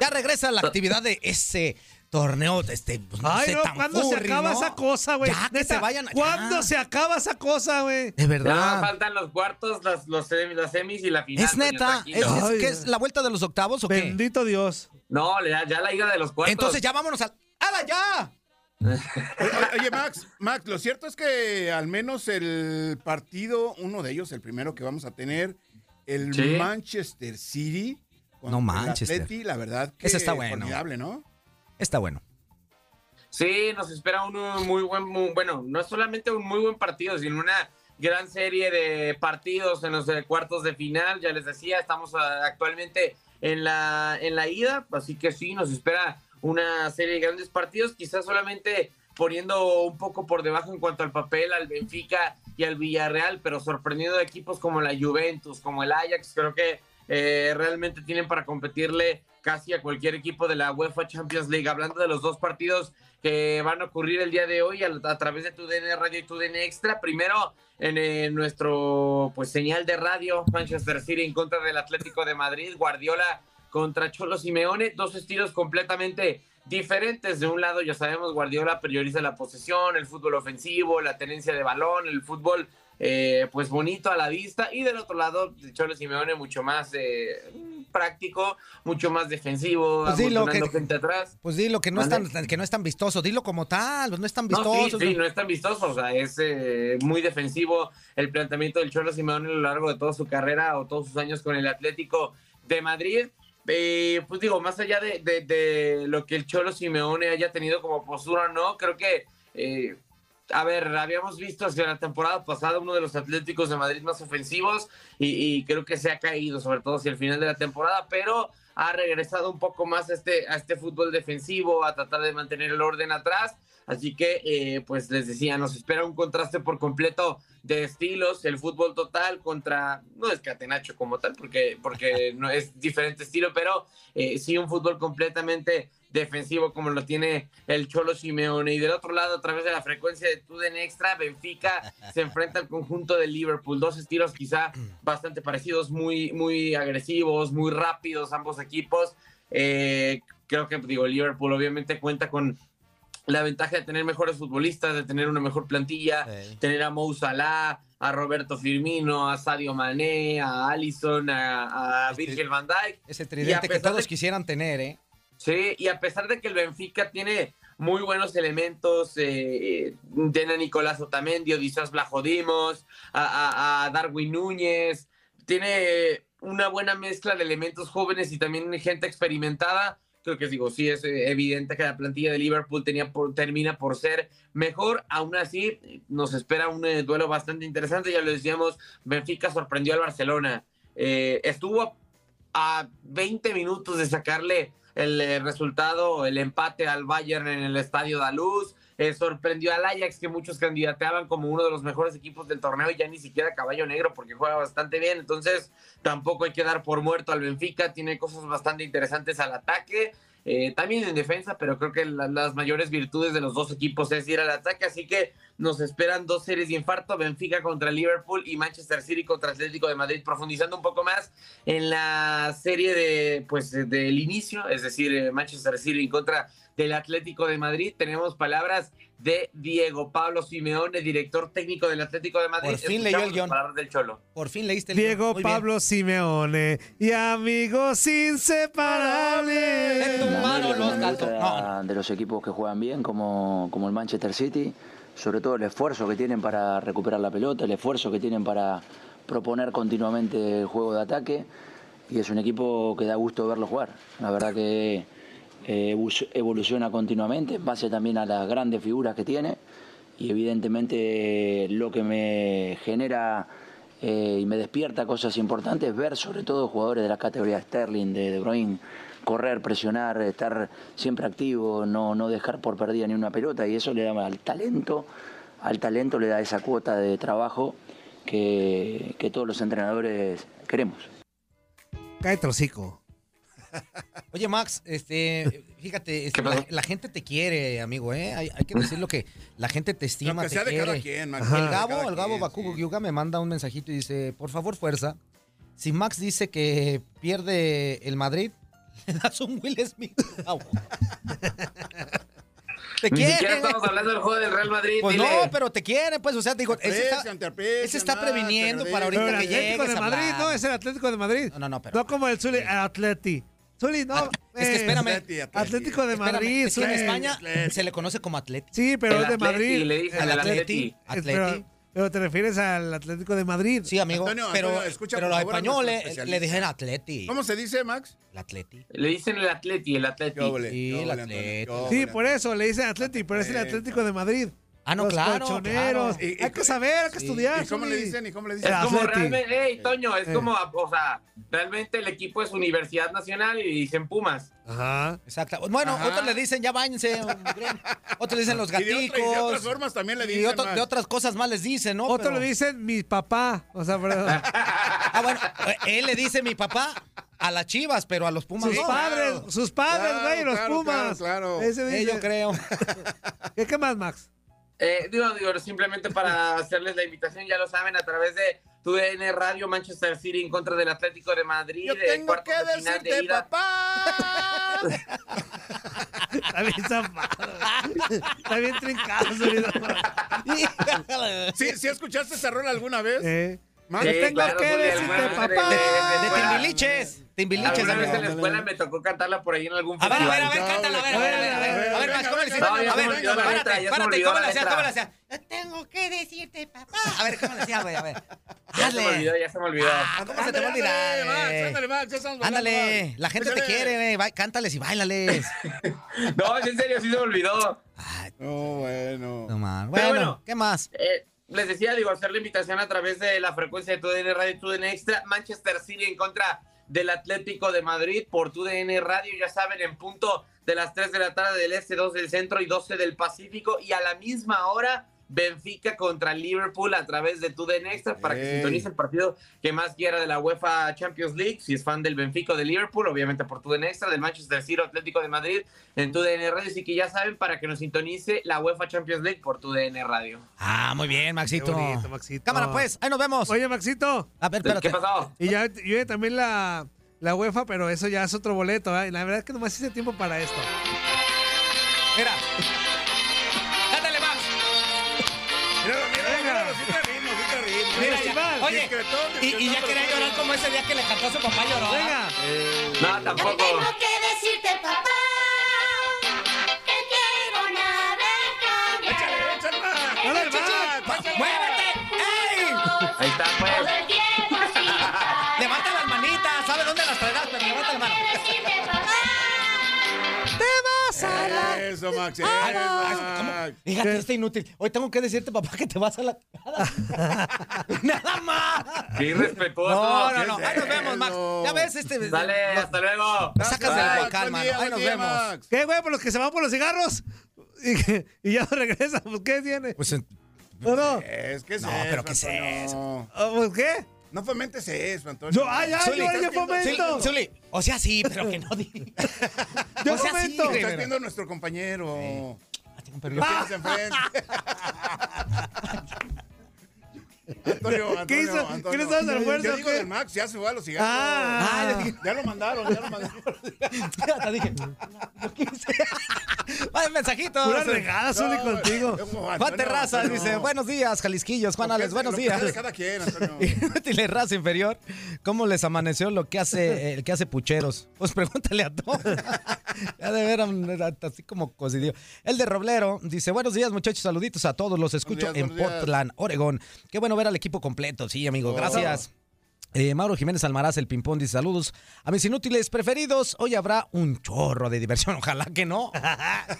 Speaker 5: Ya regresa la actividad de ese torneo, de este. pues, no
Speaker 4: Ay,
Speaker 5: sé,
Speaker 4: no,
Speaker 5: tan
Speaker 4: ¿cuándo se
Speaker 5: furry,
Speaker 4: acaba
Speaker 5: ¿no?
Speaker 4: esa cosa, güey?
Speaker 5: Ya, que
Speaker 4: Neta,
Speaker 5: se vayan. Ah.
Speaker 4: ¿Cuándo
Speaker 5: ya.
Speaker 4: se acaba esa cosa, güey?
Speaker 5: De
Speaker 7: Ya
Speaker 5: verdad.
Speaker 7: faltan los cuartos, las, los sem- las semis y la final.
Speaker 5: Es
Speaker 7: Toño,
Speaker 5: neta, es,
Speaker 7: tranquilo.
Speaker 5: es
Speaker 4: Ay,
Speaker 5: que es la vuelta de los octavos o qué?
Speaker 4: Bendito Dios.
Speaker 7: No, ya, ya la ida de los cuartos.
Speaker 5: Entonces ya vámonos al. ¡Hala ya!
Speaker 6: Oye, oye, Max, Max, lo cierto es que al menos el partido, uno de ellos, el primero que vamos a tener, el
Speaker 7: Sí.
Speaker 6: Manchester City. contra
Speaker 5: No,
Speaker 6: el
Speaker 5: Manchester.
Speaker 6: Atleti, la verdad que
Speaker 5: Ese está bueno.
Speaker 6: formidable, ¿no?
Speaker 5: Está bueno.
Speaker 7: Sí, nos espera un uh, muy buen, muy- bueno, no es solamente un muy buen partido, sino una gran serie de partidos en los eh, cuartos de final. Ya les decía, estamos ah, actualmente en la, en la ida, así que sí, nos espera una serie de grandes partidos, quizás solamente poniendo un poco por debajo en cuanto al papel al Benfica y al Villarreal, pero sorprendiendo a equipos como la Juventus, como el Ajax, creo que eh, realmente tienen para competirle casi a cualquier equipo de la UEFA Champions League. Hablando de los dos partidos que van a ocurrir el día de hoy a, a través de TUDN Radio y TUDN Extra. Primero, en eh, nuestro pues señal de radio, Manchester City en contra del Atlético de Madrid, Guardiola contra Cholo Simeone, dos estilos completamente diferentes. De un lado, ya sabemos, Guardiola prioriza la posesión, el fútbol ofensivo, la tenencia de balón, el fútbol eh, pues bonito a la vista. Y del otro lado, Cholo Simeone mucho más eh, práctico, mucho más defensivo,
Speaker 5: Pues sí, lo que-
Speaker 7: amontonando gente atrás.
Speaker 5: Pues dilo que no, es
Speaker 7: ¿Mande?
Speaker 5: tan, que no es tan vistoso, dilo como tal, pues no es tan vistoso.
Speaker 7: No, sí, sí, no es tan vistoso, o sea, es eh, muy defensivo el planteamiento del Cholo Simeone a lo largo de toda su carrera o todos sus años con el Atlético de Madrid. Eh, pues digo, más allá de, de- de lo que el Cholo Simeone haya tenido como postura o no, creo que, eh, a ver, habíamos visto hacia la temporada pasada uno de los Atléticos de Madrid más ofensivos y, y creo que se ha caído, sobre todo hacia el final de la temporada, pero ha regresado un poco más a este, a este fútbol defensivo, a tratar de mantener el orden atrás. Así que, eh, pues les decía, nos espera un contraste por completo de estilos, el fútbol total contra, no es catenacho como tal, porque, porque no es diferente estilo, pero eh, sí un fútbol completamente defensivo como lo tiene el Cholo Simeone. Y del otro lado, a través de la frecuencia de Tuden Extra, Benfica se enfrenta al conjunto de Liverpool. Dos estilos quizá bastante parecidos, muy, muy agresivos, muy rápidos ambos equipos. Eh, creo que, digo, Liverpool obviamente cuenta con la ventaja de tener mejores futbolistas, de tener una mejor plantilla,
Speaker 5: Ey.
Speaker 7: tener a Mou Salah, a Roberto Firmino, a Sadio Mané, a Allison, a, a
Speaker 5: Este-
Speaker 7: Virgil van Dijk. Y
Speaker 5: Ese
Speaker 7: a
Speaker 5: tridente que
Speaker 7: pesar
Speaker 5: todos
Speaker 7: de-
Speaker 5: quisieran tener, ¿eh?
Speaker 7: Sí, y a pesar de que el Benfica tiene muy buenos elementos, eh, eh, tiene a Nicolás Otamendio, Dizas Blajodimos, a, a- a Darwin Núñez, tiene una buena mezcla de elementos jóvenes y también gente experimentada. Creo que digo, sí, es eh, evidente que la plantilla de Liverpool tenía por- termina por ser mejor. Aún así, nos espera un eh, duelo bastante interesante. Ya lo decíamos, Benfica sorprendió al Barcelona. Eh, estuvo a 20 minutos de sacarle el eh, resultado, el empate al Bayern en el Estadio Daluz. Eh, sorprendió al Ajax que muchos candidateaban como uno de los mejores equipos del torneo y ya ni siquiera Caballo Negro porque juega bastante bien. Entonces tampoco hay que dar por muerto al Benfica. Tiene cosas bastante interesantes al ataque. eh, también en defensa, pero creo que la- las mayores virtudes de los dos equipos es ir al ataque, así que nos esperan dos series de infarto, Benfica contra Liverpool y Manchester City contra Atlético de Madrid, profundizando un poco más en la serie de pues eh, del inicio, es decir, eh, Manchester City en contra del Atlético de Madrid. Tenemos palabras de Diego Pablo Simeone, director técnico del Atlético de Madrid.
Speaker 5: Por fin leyó el
Speaker 7: Escuchamos las
Speaker 5: guión.
Speaker 7: palabras del Cholo.
Speaker 5: Por fin leíste el
Speaker 4: Diego
Speaker 5: Este Muy bien.
Speaker 4: Pablo Simeone y amigos
Speaker 5: En tu
Speaker 4: inseparables.
Speaker 5: mano los calzones. No, no.
Speaker 8: de los equipos que juegan bien, como, como el Manchester City, sobre todo el esfuerzo que tienen para recuperar la pelota, el esfuerzo que tienen para proponer continuamente el juego de ataque, y es un equipo que da gusto verlo jugar. La verdad que eh, evu- evoluciona continuamente, en base también a las grandes figuras que tiene, y evidentemente lo que me genera eh, y me despierta cosas importantes, ver sobre todo jugadores de la categoría Sterling, de De Bruyne, correr, presionar, estar siempre activo, no, no dejar por perdida ni una pelota, y eso le da al talento, al talento le da esa cuota de trabajo que, que todos los entrenadores queremos.
Speaker 4: Cae trocico.
Speaker 5: Oye, Max, este, fíjate, este, la, la gente te quiere, amigo, ¿eh? Hay, hay que decirlo que la gente te
Speaker 6: Lo
Speaker 5: estima,
Speaker 6: que
Speaker 5: te
Speaker 6: sea de
Speaker 5: quiere.
Speaker 6: cada quien, Max.
Speaker 5: El
Speaker 6: de cada
Speaker 5: eh. Gabo, el Gabo
Speaker 6: quien,
Speaker 5: Bakugo
Speaker 6: sí.
Speaker 5: Yuga me manda un mensajito y dice, por favor, fuerza. Si Max dice que pierde el Madrid, le das un Will Smith. Gabo. te
Speaker 7: Ni siquiera
Speaker 5: quieren.
Speaker 7: estamos hablando del juego del Real Madrid.
Speaker 5: Pues
Speaker 7: dile.
Speaker 5: no, pero te quieren, pues, o sea, te digo, ese está-
Speaker 6: Aprecian, te aprecian,
Speaker 5: ese está
Speaker 6: Max,
Speaker 5: previniendo
Speaker 6: te
Speaker 5: para
Speaker 6: agradecen.
Speaker 4: Pero el
Speaker 5: ahorita que
Speaker 4: Atlético
Speaker 5: llegues
Speaker 4: de
Speaker 5: a
Speaker 4: Madrid,
Speaker 5: hablar.
Speaker 4: no, es el Atlético de Madrid.
Speaker 5: No, no, no, pero- Ah,
Speaker 4: No como el Zuli, el Atleti. Zuli, no.
Speaker 5: es
Speaker 4: eh,
Speaker 5: que espérame.
Speaker 6: Atleti, Atleti.
Speaker 4: Atlético de
Speaker 5: Espérame,
Speaker 4: Madrid,
Speaker 5: es que en
Speaker 4: Zuli.
Speaker 5: España
Speaker 6: Atleti.
Speaker 5: se le conoce como atleti.
Speaker 4: Sí, pero
Speaker 7: El
Speaker 4: es de
Speaker 7: Atleti,
Speaker 4: Madrid.
Speaker 7: le dicen
Speaker 4: Eh,
Speaker 7: el
Speaker 5: Atleti.
Speaker 7: Atleti.
Speaker 4: pero-
Speaker 5: Atleti.
Speaker 4: Pero te refieres al Atlético de Madrid.
Speaker 5: Sí, amigo.
Speaker 6: Antonio,
Speaker 5: pero
Speaker 6: Antonio, escucha,
Speaker 5: pero
Speaker 6: por
Speaker 5: los
Speaker 6: favor, a nuestro
Speaker 5: españoles
Speaker 6: especialista.
Speaker 5: le dicen atleti.
Speaker 6: ¿Cómo se dice, Max?
Speaker 5: El atleti.
Speaker 7: Le dicen el Atleti, el Atleti.
Speaker 6: Qué óvole,
Speaker 5: Sí,
Speaker 6: qué
Speaker 5: el
Speaker 6: óvole, Antonio, qué
Speaker 5: Atleti.
Speaker 6: óvole,
Speaker 4: Sí,
Speaker 6: Antonio.
Speaker 4: por eso le dicen Atleti, pero es el Atlético de Madrid.
Speaker 5: Ah, no,
Speaker 4: Los
Speaker 5: claro,
Speaker 4: colchoneros.
Speaker 5: claro.
Speaker 6: Y- y-
Speaker 4: Hay que saber, hay que
Speaker 5: sí.
Speaker 4: estudiar.
Speaker 6: ¿Y cómo le
Speaker 4: Zuli.
Speaker 6: dicen? ¿Y cómo le
Speaker 7: Es
Speaker 6: dicen?
Speaker 4: El
Speaker 7: como
Speaker 4: Atleti.
Speaker 7: realmente, hey, Toño, es
Speaker 4: Eh.
Speaker 7: como, o sea, realmente el equipo es Universidad Nacional y dicen Pumas.
Speaker 4: Ajá.
Speaker 5: Exacto. Bueno,
Speaker 6: Ajá.
Speaker 5: otros le dicen ya bañense. otros le dicen los
Speaker 6: Y de, otra- y de
Speaker 5: gaticos.
Speaker 6: otras formas también le
Speaker 5: Y
Speaker 6: dicen.
Speaker 5: otro-
Speaker 6: Max.
Speaker 5: de otras cosas más les dicen, ¿no?
Speaker 4: Otro
Speaker 5: Pero-
Speaker 4: le dicen mi papá. O sea, pero-
Speaker 5: Ah, bueno, él le dice mi papá a las chivas, pero a los Pumas
Speaker 4: sus
Speaker 5: no.
Speaker 4: padres,
Speaker 6: claro.
Speaker 4: sus padres,
Speaker 6: Claro,
Speaker 4: güey, los
Speaker 6: claro,
Speaker 4: Pumas.
Speaker 6: claro, claro.
Speaker 4: Ese
Speaker 5: Eh,
Speaker 4: dice-
Speaker 5: yo creo.
Speaker 4: ¿Qué, qué más, Max?
Speaker 7: Eh, digo, digo, simplemente para hacerles la invitación, ya lo saben, a través de tu DN Radio Manchester City en contra del Atlético de Madrid.
Speaker 6: Yo
Speaker 7: eh,
Speaker 6: tengo
Speaker 7: cuartos
Speaker 6: que
Speaker 7: de final de
Speaker 6: decirte,
Speaker 7: ida.
Speaker 6: papá.
Speaker 4: Está bien zafado. Está bien trincado. Zuli.
Speaker 5: Híjole.
Speaker 6: ¿Sí, ¿Sí escuchaste esa rola alguna vez?
Speaker 4: Eh,
Speaker 6: Max,
Speaker 7: Sí,
Speaker 4: Yo tengo
Speaker 7: claro,
Speaker 4: que
Speaker 7: Zuli,
Speaker 4: decirte,
Speaker 7: alguna vez en-
Speaker 4: Este, papá.
Speaker 7: en- en- en-
Speaker 5: De
Speaker 7: escuela-
Speaker 5: Timbiliches. Timbiliches,
Speaker 7: Alguna vez en la
Speaker 5: amigo.
Speaker 7: escuela me tocó cantarla por ahí en algún
Speaker 5: A ver, a ver, a ver,
Speaker 6: No,
Speaker 5: cántala, a ver, a ver, a ver, a ver, a ver, Max, ¿cómo le decías?
Speaker 7: No, ya
Speaker 5: A
Speaker 7: se me
Speaker 5: ver,
Speaker 7: olvidó la letra,
Speaker 5: párate,
Speaker 7: ya se me
Speaker 5: párate,
Speaker 7: olvidó
Speaker 5: ¿cómo le
Speaker 7: la
Speaker 5: hacías?
Speaker 7: letra.
Speaker 5: ¿Cómo le hacías? No tengo que decirte, papá. A ver, ¿cómo le hacías, güey? A ver.
Speaker 7: Ya se me olvidó,
Speaker 5: Hazle.
Speaker 7: ya se me olvidó.
Speaker 5: Ah, ¿Cómo se te va a olvidar?
Speaker 6: Ándale, Max,
Speaker 5: eh?
Speaker 6: ándale, Max, ya estamos bailando,
Speaker 5: Ándale,
Speaker 6: Max.
Speaker 5: la gente te
Speaker 6: Échale.
Speaker 5: quiere, güey. va- Cántales y bailales.
Speaker 7: No, es en serio, sí se me olvidó.
Speaker 6: No, bueno.
Speaker 5: No man.
Speaker 7: Pero
Speaker 5: Bueno,
Speaker 7: bueno.
Speaker 5: ¿qué más?
Speaker 7: Eh, les decía, digo, hacer la invitación a través de la frecuencia de TUDN Radio, TUDN Extra, Manchester City en contra del Atlético de Madrid por TUDN Radio, ya saben, en punto de las 3 de la tarde del Este, 2 del Centro y 12 del Pacífico, y a la misma hora Benfica contra Liverpool a través de TUDN Extra para que
Speaker 6: Ey.
Speaker 7: sintonice el partido que más quiera de la UEFA Champions League, si es fan del Benfica o de Liverpool, obviamente por TUDN Extra, del Manchester City o Atlético de Madrid en TUDN Radio, así que ya saben, para que nos sintonice la UEFA Champions League por TUDN Radio.
Speaker 5: Ah, muy bien,
Speaker 4: Qué
Speaker 5: Maxito.
Speaker 4: bonito, Maxito.
Speaker 5: Cámara, pues, ahí nos vemos.
Speaker 4: Oye, Maxito.
Speaker 5: A ver, espérate.
Speaker 7: ¿Qué pasó?
Speaker 4: Y ya, yo ya también la, la UEFA, pero eso ya es otro boleto. ¿eh? La verdad es que nomás hice tiempo para esto.
Speaker 5: Mira. Ándale, Max.
Speaker 6: Mira, mira, mira, sí te ritmo, sí te ritmo.
Speaker 5: Mira,
Speaker 6: Sí,
Speaker 5: ya. Oye,
Speaker 6: discretón,
Speaker 5: y, y ya
Speaker 6: discretón,
Speaker 5: quería
Speaker 6: pero-
Speaker 5: llorar como ese día que le cantó a su papá lloró. ¿eh?
Speaker 4: Venga.
Speaker 7: No, tampoco.
Speaker 9: que decirte, papá, que quiero una beca.
Speaker 6: Échale, échale, Max.
Speaker 4: Dale,
Speaker 6: Échale,
Speaker 4: Max.
Speaker 6: Max, échale.
Speaker 5: ¡Muévete! ¡Ey!
Speaker 7: Ahí está,
Speaker 9: Todo
Speaker 7: pues.
Speaker 9: el tiempo sin parar.
Speaker 5: Levanta las manitas. ¿Sabe dónde las traerás? Pero levanta la mano.
Speaker 9: Decirte, papá,
Speaker 6: Eso, Eso, Max. Eso, Max.
Speaker 5: Fíjate, este inútil. Hoy tengo que decirte, papá, que te vas a la. ¡Nada más!
Speaker 7: Qué irrespetuoso.
Speaker 5: No, no, no.
Speaker 6: ¿qué es
Speaker 5: Ahí nos vemos, Max.
Speaker 6: eso?
Speaker 5: Ya ves, este.
Speaker 7: Dale,
Speaker 5: no-
Speaker 7: hasta luego.
Speaker 5: Nos sacas del
Speaker 7: Bye.
Speaker 5: volcán,
Speaker 6: Buen
Speaker 5: mano.
Speaker 6: día,
Speaker 5: Ahí
Speaker 6: buen
Speaker 5: nos
Speaker 6: día,
Speaker 5: vemos.
Speaker 6: Max.
Speaker 4: ¿Qué, güey? Por los que se van por los cigarros. Y, que- y ya regresa. Pues, ¿qué tiene?
Speaker 5: Pues, en-
Speaker 4: ¿O no?
Speaker 6: Es que es
Speaker 5: No, pero ¿qué es
Speaker 6: Antonio?
Speaker 5: eso?
Speaker 4: Ah, pues, ¿qué?
Speaker 6: No fomentes eso, Antonio.
Speaker 4: Yo, ay, ay,
Speaker 5: Zuli,
Speaker 4: yo, yo
Speaker 5: estás Zuli,
Speaker 4: fomento.
Speaker 5: Zuli, o sea, sí, pero que no diga.
Speaker 4: Yo
Speaker 5: o sea,
Speaker 4: comento.
Speaker 5: Sí,
Speaker 6: Estás
Speaker 5: güey, Ah,
Speaker 6: viendo a nuestro compañero.
Speaker 5: pero-
Speaker 6: Lo tienes enfrente. Antonio, Antonio,
Speaker 4: ¿Qué hizo?
Speaker 6: Antonio.
Speaker 4: ¿Qué le estabas al fuerza,
Speaker 6: Yo digo
Speaker 4: qué?
Speaker 6: del Max, ya se va a los cigarros.
Speaker 4: Ah.
Speaker 5: Ah, yo dije-
Speaker 6: Ya lo mandaron, ya lo mandaron.
Speaker 5: Hasta dije. Yo quise. Vaya mensajito.
Speaker 4: Pura regada, Zuli,
Speaker 6: No,
Speaker 4: contigo.
Speaker 6: como
Speaker 5: Juan
Speaker 6: Antonio,
Speaker 5: Terraza
Speaker 6: Antonio.
Speaker 5: dice, buenos días, Jalisquillos, Juan
Speaker 6: Lo que
Speaker 5: Alex,
Speaker 6: hace-
Speaker 5: buenos
Speaker 6: lo que
Speaker 5: días.
Speaker 6: hace cada quien, Antonio.
Speaker 5: Inútiles raza inferior. ¿Cómo les amaneció lo que hace el que hace pucheros? Pues pregúntale a todos. ya de ver así como cosidillo. El de Roblero dice, buenos días muchachos, saluditos a todos. Los escucho
Speaker 6: días,
Speaker 5: en
Speaker 6: buenos días. Oh.
Speaker 5: Portland, Oregón. Qué bueno ver al equipo completo. Sí, amigo, gracias. Eh, Mauro Jiménez Almaraz, el Pimpón, dice saludos a mis inútiles preferidos. Hoy habrá un chorro de diversión. Ojalá que no.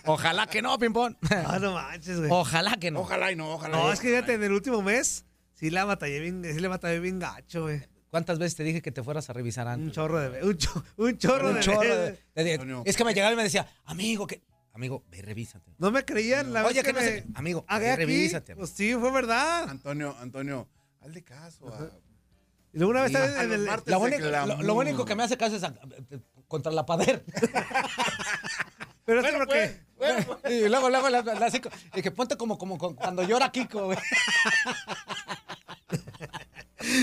Speaker 5: Ojalá que no, Pimpón.
Speaker 4: Ah, no manches, güey.
Speaker 5: Ojalá que no.
Speaker 6: Ojalá y no, ojalá.
Speaker 4: No, es que fíjate, en el último mes sí la batallé bien, sí le batallé bien gacho, güey.
Speaker 5: ¿Cuántas veces te dije que te fueras a revisar antes?
Speaker 4: Un chorro de... ve- Un, cho- un chorro
Speaker 5: Un
Speaker 4: de...
Speaker 5: chorro
Speaker 4: veces.
Speaker 5: de- de- de-
Speaker 6: Antonio.
Speaker 5: es que me llegaba y me decía, amigo, que. Amigo, ve, revísate.
Speaker 4: No me creían la
Speaker 5: Oye,
Speaker 4: vez
Speaker 5: que
Speaker 4: que,
Speaker 5: no sé.
Speaker 4: me...
Speaker 5: Amigo,
Speaker 4: hagué
Speaker 5: ve,
Speaker 4: aquí.
Speaker 5: revísate. amigo. Ah,
Speaker 4: Pues sí, fue verdad.
Speaker 6: Antonio, Antonio, hazle caso a,
Speaker 4: Y luego una vez
Speaker 6: a
Speaker 4: también en
Speaker 6: los
Speaker 4: el...
Speaker 6: martes
Speaker 5: Lo,
Speaker 6: de
Speaker 5: único- lo-
Speaker 6: glamour.
Speaker 5: lo único que me hace caso es a- contra la pader.
Speaker 4: Pero es lo
Speaker 6: Pues,
Speaker 4: que...
Speaker 5: pues, y luego, luego, la, la- así co- y que ponte como, como con- cuando llora Kiko. güey.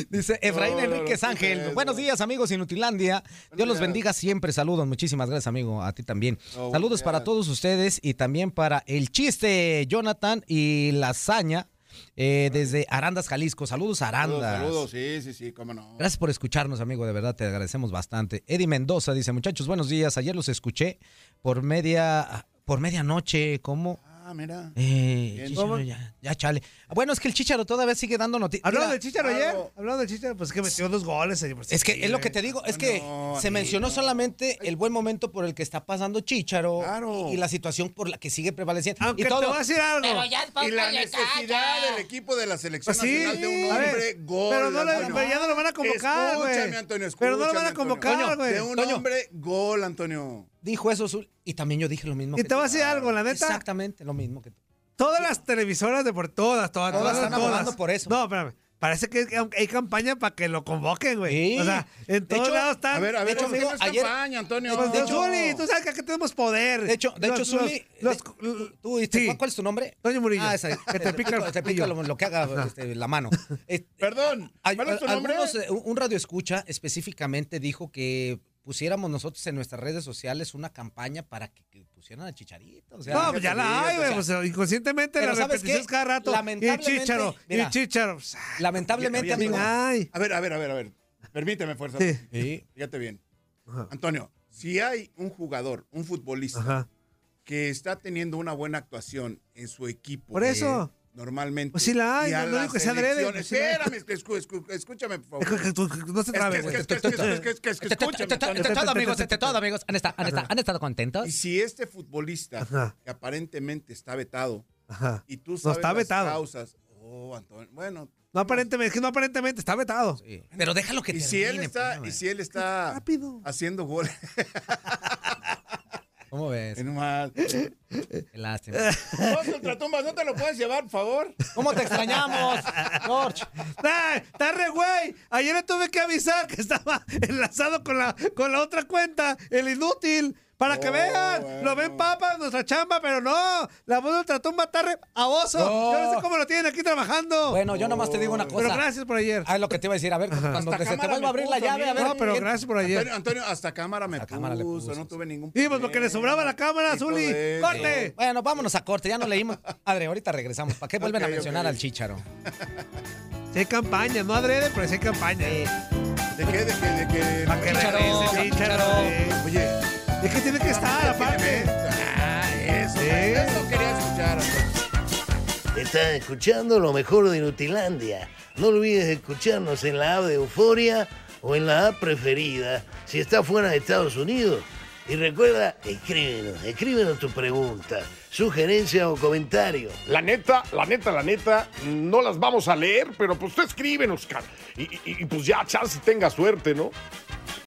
Speaker 5: Dice Efraín
Speaker 6: No, no, no,
Speaker 5: Enríquez
Speaker 6: ¿qué es
Speaker 5: Ángel.
Speaker 6: eso?
Speaker 5: Buenos días, amigos Inutilandia. Dios los bendiga siempre. Saludos. Muchísimas gracias, amigo. A ti también.
Speaker 6: No,
Speaker 5: Saludos
Speaker 6: buenos
Speaker 5: para
Speaker 6: días.
Speaker 5: todos ustedes y también para el chiste, Jonathan y Lazaña eh, desde Arandas, Jalisco. Saludos, Arandas.
Speaker 6: Saludos, saludos, sí, sí, sí, cómo no.
Speaker 5: Gracias por escucharnos, amigo, de verdad te agradecemos bastante. Eddie Mendoza dice, muchachos, buenos días. Ayer los escuché por media, por medianoche, ¿cómo?
Speaker 6: Ah, mira.
Speaker 5: Eh,
Speaker 6: Bien.
Speaker 5: Chícharo,
Speaker 4: ¿Cómo?
Speaker 5: ya, ya, chale. Bueno, es que el Chicharo todavía sigue dando noticias.
Speaker 4: Hablando del Chicharo ayer,
Speaker 6: algo-
Speaker 4: hablando del Chicharo, pues que metió dos goles. ahí, pues,
Speaker 5: Es que
Speaker 4: sí,
Speaker 5: es lo
Speaker 4: güey.
Speaker 5: que te digo, es que
Speaker 6: No,
Speaker 5: se
Speaker 6: amigo.
Speaker 5: mencionó solamente el buen momento por el que está pasando Chicharo
Speaker 6: Claro.
Speaker 5: y, y la situación por la que sigue prevaleciendo.
Speaker 4: Aunque
Speaker 5: y todo.
Speaker 4: te voy a decir algo.
Speaker 6: Y la necesidad del equipo de la selección
Speaker 4: Pues sí,
Speaker 6: nacional de un
Speaker 4: a ver,
Speaker 6: hombre gol.
Speaker 4: pero, no le-
Speaker 6: Antonio.
Speaker 4: pero ya no lo van a convocar, güey.
Speaker 6: Escúchame, Antonio,
Speaker 4: Pero no lo van
Speaker 6: escúchame,
Speaker 4: a
Speaker 6: Antonio.
Speaker 4: convocar, güey.
Speaker 6: De un
Speaker 5: Toño.
Speaker 6: hombre gol, Antonio.
Speaker 5: Dijo eso Zul, y también yo dije lo mismo.
Speaker 4: Y
Speaker 5: que
Speaker 4: te
Speaker 5: tú.
Speaker 4: voy a decir algo, la neta.
Speaker 5: Exactamente lo mismo que tú.
Speaker 4: Todas las televisoras de por todas, todas,
Speaker 5: Todas
Speaker 4: todas,
Speaker 5: están abogando por eso.
Speaker 4: No, espérame. Parece que hay campaña para que lo convoquen, güey.
Speaker 5: Sí.
Speaker 4: O sea, en
Speaker 5: De
Speaker 4: todos
Speaker 5: hecho,
Speaker 4: lados están.
Speaker 6: A ver, a ver,
Speaker 5: hecho,
Speaker 6: ¿por qué
Speaker 5: amigo,
Speaker 6: no es
Speaker 5: ayer-
Speaker 6: campaña, Antonio.
Speaker 4: Pues,
Speaker 5: de
Speaker 4: don
Speaker 5: hecho-
Speaker 4: Zuli, tú sabes que aquí tenemos poder.
Speaker 5: De hecho, de
Speaker 4: Los-
Speaker 5: hecho, Zuli,
Speaker 4: los-
Speaker 5: de-
Speaker 4: los-
Speaker 5: tú, este,
Speaker 4: sí.
Speaker 5: ¿cuál- ¿cuál es tu nombre?
Speaker 4: Toño Murillo.
Speaker 5: Ah, esa,
Speaker 4: Que te pica el
Speaker 5: te pica
Speaker 4: cuchillo.
Speaker 5: lo, lo que haga este, la mano. Eh,
Speaker 6: Perdón,
Speaker 5: hay-
Speaker 6: ¿cuál es tu nombre?
Speaker 5: algunos, eh, un- un radio escucha específicamente dijo que pusiéramos nosotros en nuestras redes sociales una campaña para que, que pusieran a Chicharito. O sea,
Speaker 4: No, pues ya la hay,
Speaker 5: o sea,
Speaker 4: güey. Pues inconscientemente
Speaker 5: pero
Speaker 4: la
Speaker 5: ¿sabes
Speaker 4: repetición
Speaker 5: qué?
Speaker 4: es cada rato. Y
Speaker 5: Lamentablemente,
Speaker 4: chicharo, y
Speaker 5: mira.
Speaker 4: chicharo.
Speaker 5: lamentablemente,
Speaker 6: Había- había
Speaker 5: amigo.
Speaker 6: sonado.
Speaker 4: Ay.
Speaker 6: A ver, a ver, a ver, a ver. Permíteme, fuerza.
Speaker 4: Sí.
Speaker 5: Sí.
Speaker 6: Fíjate bien.
Speaker 4: Ajá.
Speaker 6: Antonio, si hay un jugador, un futbolista,
Speaker 4: Ajá.
Speaker 6: que está teniendo una buena actuación en su equipo.
Speaker 4: Por eso.
Speaker 6: eh, Normalmente.
Speaker 4: Pues sí la hay,
Speaker 6: y a
Speaker 4: no- no
Speaker 6: la
Speaker 4: digo que sea adrede,
Speaker 6: selección-
Speaker 4: pues sí la hay.
Speaker 6: Espérame, es que escu- escu- escúchame, por
Speaker 4: Es
Speaker 6: favor.
Speaker 4: que tú- que No se
Speaker 6: Es
Speaker 4: trabe,
Speaker 6: que-
Speaker 4: güey.
Speaker 6: es que- es que- es que- es que- es que- es que- escúchame,
Speaker 5: Está- está-
Speaker 6: Antonio.
Speaker 5: está todo, amigos, está todo, amigos. ¿Han estado, han estado- han estado contentos?
Speaker 6: Y si este
Speaker 4: Ah.
Speaker 6: futbolista,
Speaker 4: Ajá.
Speaker 6: que aparentemente está vetado,
Speaker 4: Ajá.
Speaker 6: y tú
Speaker 4: No
Speaker 6: sabes
Speaker 4: está
Speaker 6: las
Speaker 4: vetado.
Speaker 6: causas. Oh, Antonio. Bueno.
Speaker 4: No aparentemente, es que no aparentemente, está vetado.
Speaker 5: Sí. Pero déjalo que
Speaker 6: Y
Speaker 5: termine.
Speaker 6: si él está,
Speaker 5: pues,
Speaker 6: y si él está
Speaker 4: eh. Rápido.
Speaker 6: haciendo goles.
Speaker 5: ¿Cómo ves?
Speaker 6: en más.
Speaker 5: Qué lástima.
Speaker 6: Dos contratumbas, ¿no te lo puedes llevar, por favor?
Speaker 5: ¿Cómo te extrañamos, George?
Speaker 4: ¡Ay, ¡Está re güey! Ayer le tuve que avisar que estaba enlazado con la, con la otra cuenta, el inútil. Para que
Speaker 6: Oh,
Speaker 4: vean, lo ven
Speaker 6: bueno.
Speaker 4: papas, nuestra chamba, pero no. La voz de Ultratumba está re baboso.
Speaker 5: No.
Speaker 4: Yo no sé cómo lo tienen aquí trabajando.
Speaker 5: Bueno, yo nomás te digo una
Speaker 4: pero
Speaker 5: cosa.
Speaker 4: gracias por ayer.
Speaker 5: Ah, es lo que te iba a decir. A ver, cuando
Speaker 6: Hasta
Speaker 5: que se te
Speaker 6: cámara
Speaker 5: vuelva a
Speaker 6: me
Speaker 5: abrir la
Speaker 6: puso,
Speaker 5: llave, a ver.
Speaker 6: amigo.
Speaker 4: no, pero
Speaker 5: ¿quién-
Speaker 4: gracias por ayer.
Speaker 6: Antonio, Antonio, hasta cámara me
Speaker 5: Hasta
Speaker 6: puso,
Speaker 5: cámara le puso,
Speaker 6: no
Speaker 5: sí.
Speaker 6: tuve ningún
Speaker 4: Sí, pues, porque le sobraba la cámara,
Speaker 6: Y todo
Speaker 4: Zuli.
Speaker 6: eso.
Speaker 4: ¡Corte!
Speaker 5: Bueno, vámonos a corte, ya no leímos. Padre, ahorita regresamos. ¿Para qué vuelven
Speaker 6: Ok,
Speaker 5: a mencionar
Speaker 6: ok.
Speaker 5: al chicharo?
Speaker 4: Sí hay campaña, no adrede, pero sí hay campaña.
Speaker 6: ¿De qué? ¿De qué? ¿De
Speaker 4: Eh,
Speaker 6: qué?
Speaker 4: Para que
Speaker 5: Chícharo,
Speaker 4: regrese, Chícharo.
Speaker 5: Chícharo.
Speaker 4: Sí.
Speaker 6: Oye,
Speaker 4: Es que tiene que estar, aparte.
Speaker 6: Ah, eso.
Speaker 4: Sí.
Speaker 6: Eso quería escuchar. Antonio.
Speaker 1: Estás escuchando lo mejor de Nutilandia. No olvides escucharnos en la app de Euforia o en la app preferida si estás fuera de Estados Unidos. Y recuerda, escríbenos, escríbenos tu pregunta, sugerencia o comentario.
Speaker 2: La neta, la neta, la neta, no las vamos a leer, pero pues tú escríbenos, cara. Y, y- y pues ya, chance tenga suerte, ¿no?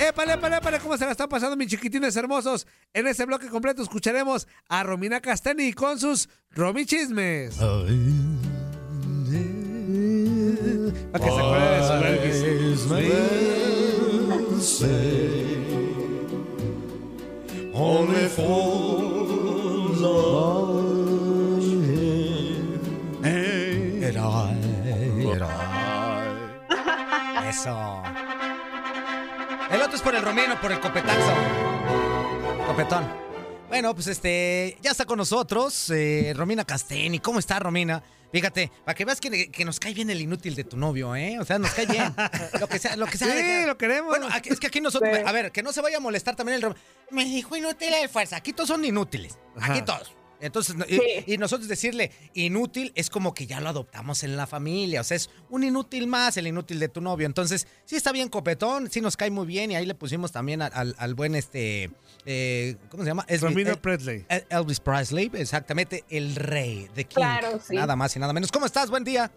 Speaker 4: ¡Épale, épale, épale! ¿Cómo se la están pasando, mis chiquitines hermosos? En este bloque completo escucharemos a Romina Castani con sus Romy Chismes. Para que se acuerde de su gran
Speaker 9: Only for love
Speaker 5: And I, and I. Eso. El otro es por el romero, por el copetazo. Copetón. Bueno, pues este, ya está con nosotros eh, Romina Casteni. ¿Cómo está, Romina? Fíjate, para que veas que, que nos cae bien el inútil de tu novio, ¿eh? O sea, nos cae bien. Lo que sea, lo que sea.
Speaker 4: Sí, lo queremos.
Speaker 5: Bueno, aquí- es que aquí nosotros, a ver, que no se vaya a molestar también el Romina. Me dijo inútil el fuerza. Aquí todos son inútiles. Aquí
Speaker 4: Ajá.
Speaker 5: todos. Entonces, no- y-
Speaker 7: Sí.
Speaker 5: y nosotros decirle inútil es como que ya lo adoptamos en la familia. O sea, es un inútil más el inútil de tu novio. Entonces, sí está bien copetón, sí nos cae muy bien. Y ahí le pusimos también al, al- al buen este. eh, ¿Cómo se llama? Elvis-
Speaker 4: Romina
Speaker 5: El-
Speaker 4: Presley.
Speaker 5: El- Elvis Presley, exactamente, el rey de King.
Speaker 10: Claro, sí.
Speaker 5: Nada más y nada menos. ¿Cómo estás? Buen día.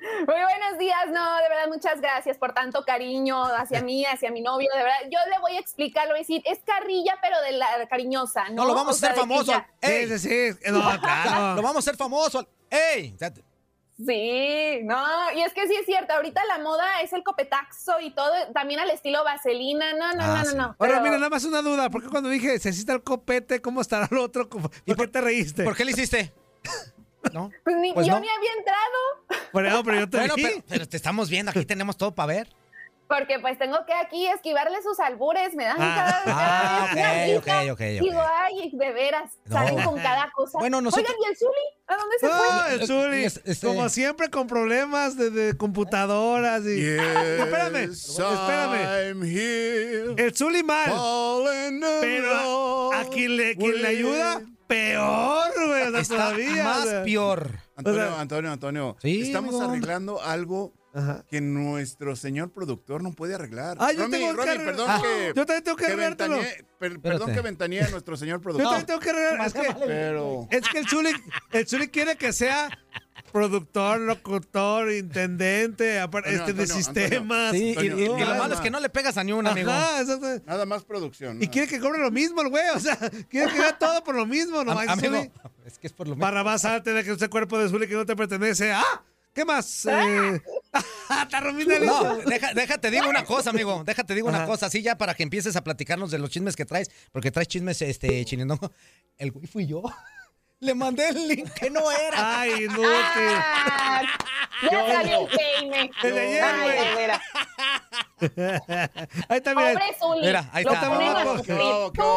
Speaker 10: Muy buenos días, no, de verdad, muchas gracias por tanto cariño hacia mí, hacia mi novio, de verdad. Yo le voy a explicar, le voy a decir, es carrilla, pero de la cariñosa, Ah, ¿no?
Speaker 5: No, lo vamos
Speaker 10: O
Speaker 5: a
Speaker 10: sea, de
Speaker 5: hacer
Speaker 10: que
Speaker 5: famoso.
Speaker 10: ya-
Speaker 5: ¡Ey!
Speaker 4: Sí, sí, sí. No,
Speaker 5: Lo
Speaker 4: claro.
Speaker 5: vamos a hacer famoso. ¡Ey! O sea,
Speaker 10: Sí, no, y es que sí es cierto, ahorita la moda es el copetaxo y todo, también al estilo vaselina, no, no,
Speaker 5: Ah,
Speaker 10: no, no,
Speaker 5: sí.
Speaker 10: no.
Speaker 4: Ahora,
Speaker 10: pero-
Speaker 4: mira, nada más una duda. ¿Por qué cuando dije se necesita el copete, cómo estará el otro? ¿Cómo- ¿Por qué te reíste?
Speaker 5: ¿Por qué le hiciste? ¿No?
Speaker 10: pues ni-
Speaker 5: pues
Speaker 10: yo
Speaker 5: no.
Speaker 10: ni había entrado,
Speaker 4: Bueno, pero yo te
Speaker 5: Bueno,
Speaker 4: dije.
Speaker 5: pero, pero te estamos viendo. Aquí tenemos todo para ver.
Speaker 10: porque pues tengo que aquí esquivarle sus albures, me dan
Speaker 4: Ah,
Speaker 10: cada, cada
Speaker 5: ah,
Speaker 10: vez una
Speaker 5: ok,
Speaker 10: risa.
Speaker 5: ok, ok, ok.
Speaker 10: Digo, ay, de veras,
Speaker 5: No.
Speaker 10: salen con cada cosa.
Speaker 5: Bueno, nosotros-
Speaker 10: Oigan, ¿y el Zuli? ¿A dónde se fue?
Speaker 4: Ah, el Zuli,
Speaker 5: Es- este-
Speaker 4: como siempre, con problemas de, de computadoras y... espérame,
Speaker 6: Yes,
Speaker 4: espérame.
Speaker 6: I'm here.
Speaker 4: El Zuli mal,
Speaker 6: falling in
Speaker 5: Oh,
Speaker 4: pero a, a
Speaker 6: love
Speaker 4: quien le, quien le
Speaker 6: with-
Speaker 4: ayuda, peor, güey, o sea,
Speaker 5: Está
Speaker 4: todavía, o
Speaker 5: más
Speaker 4: sea.
Speaker 5: peor.
Speaker 6: Antonio,
Speaker 4: O sea-
Speaker 6: Antonio, Antonio.
Speaker 5: Sí,
Speaker 6: estamos
Speaker 5: amigo.
Speaker 6: arreglando algo
Speaker 4: Ajá.
Speaker 6: que nuestro señor productor no puede arreglar.
Speaker 4: Ah, yo
Speaker 6: Romy,
Speaker 4: tengo que
Speaker 6: Romy,
Speaker 4: arreglar-
Speaker 6: perdón
Speaker 4: Ah,
Speaker 6: que.
Speaker 4: yo también tengo que arreglártelo.
Speaker 6: ventaneé- per- Perdón
Speaker 5: Espérate.
Speaker 6: que ventanía a nuestro señor
Speaker 4: Yo
Speaker 6: productor.
Speaker 4: también tengo que arreglar- es que,
Speaker 6: Pero.
Speaker 4: es que el Zuli, el Zuli quiere que sea productor, locutor, intendente, apar-
Speaker 6: Antonio,
Speaker 4: este, de
Speaker 6: Antonio,
Speaker 4: sistemas.
Speaker 5: Sí, y,
Speaker 6: Antonio,
Speaker 5: y- y lo
Speaker 6: nada
Speaker 5: malo es
Speaker 6: más.
Speaker 5: que no le pegas a ni un amigo.
Speaker 4: Ajá, exacto.
Speaker 6: Nada más producción.
Speaker 4: Y
Speaker 6: nada.
Speaker 4: quiere que cobre lo mismo el güey, o sea, quiere que vea todo por lo mismo, no
Speaker 5: Am-
Speaker 4: manches,
Speaker 5: amigo,
Speaker 4: Zuli.
Speaker 5: es que es por lo menos.
Speaker 4: Barrabás, salte de que usted cuerpo de Zuli que no te pertenece. ¡Ah! ¿Qué más? Eh,
Speaker 5: Ah,
Speaker 4: ¡Está Romina
Speaker 5: No,
Speaker 4: lista.
Speaker 5: deja- déjate digo una cosa, amigo. Déjate digo una
Speaker 4: Ajá.
Speaker 5: cosa, así ya para que empieces a platicarnos de los chismes que traes, porque traes chismes este chinendongo. El güey fui yo. Le mandé el link que no era.
Speaker 4: ¡Ay, inútil!
Speaker 10: Ah, ya salió el peine.
Speaker 4: Desde ayer,
Speaker 10: Ay,
Speaker 4: güey.
Speaker 10: de veras.
Speaker 4: Ahí está, mira.
Speaker 10: Pobre Zuli.
Speaker 5: Mira, ahí
Speaker 10: Lo
Speaker 5: está.
Speaker 10: ponen a
Speaker 4: Vamos,
Speaker 10: sufrir.
Speaker 6: ¿Qué hubo, qué hubo?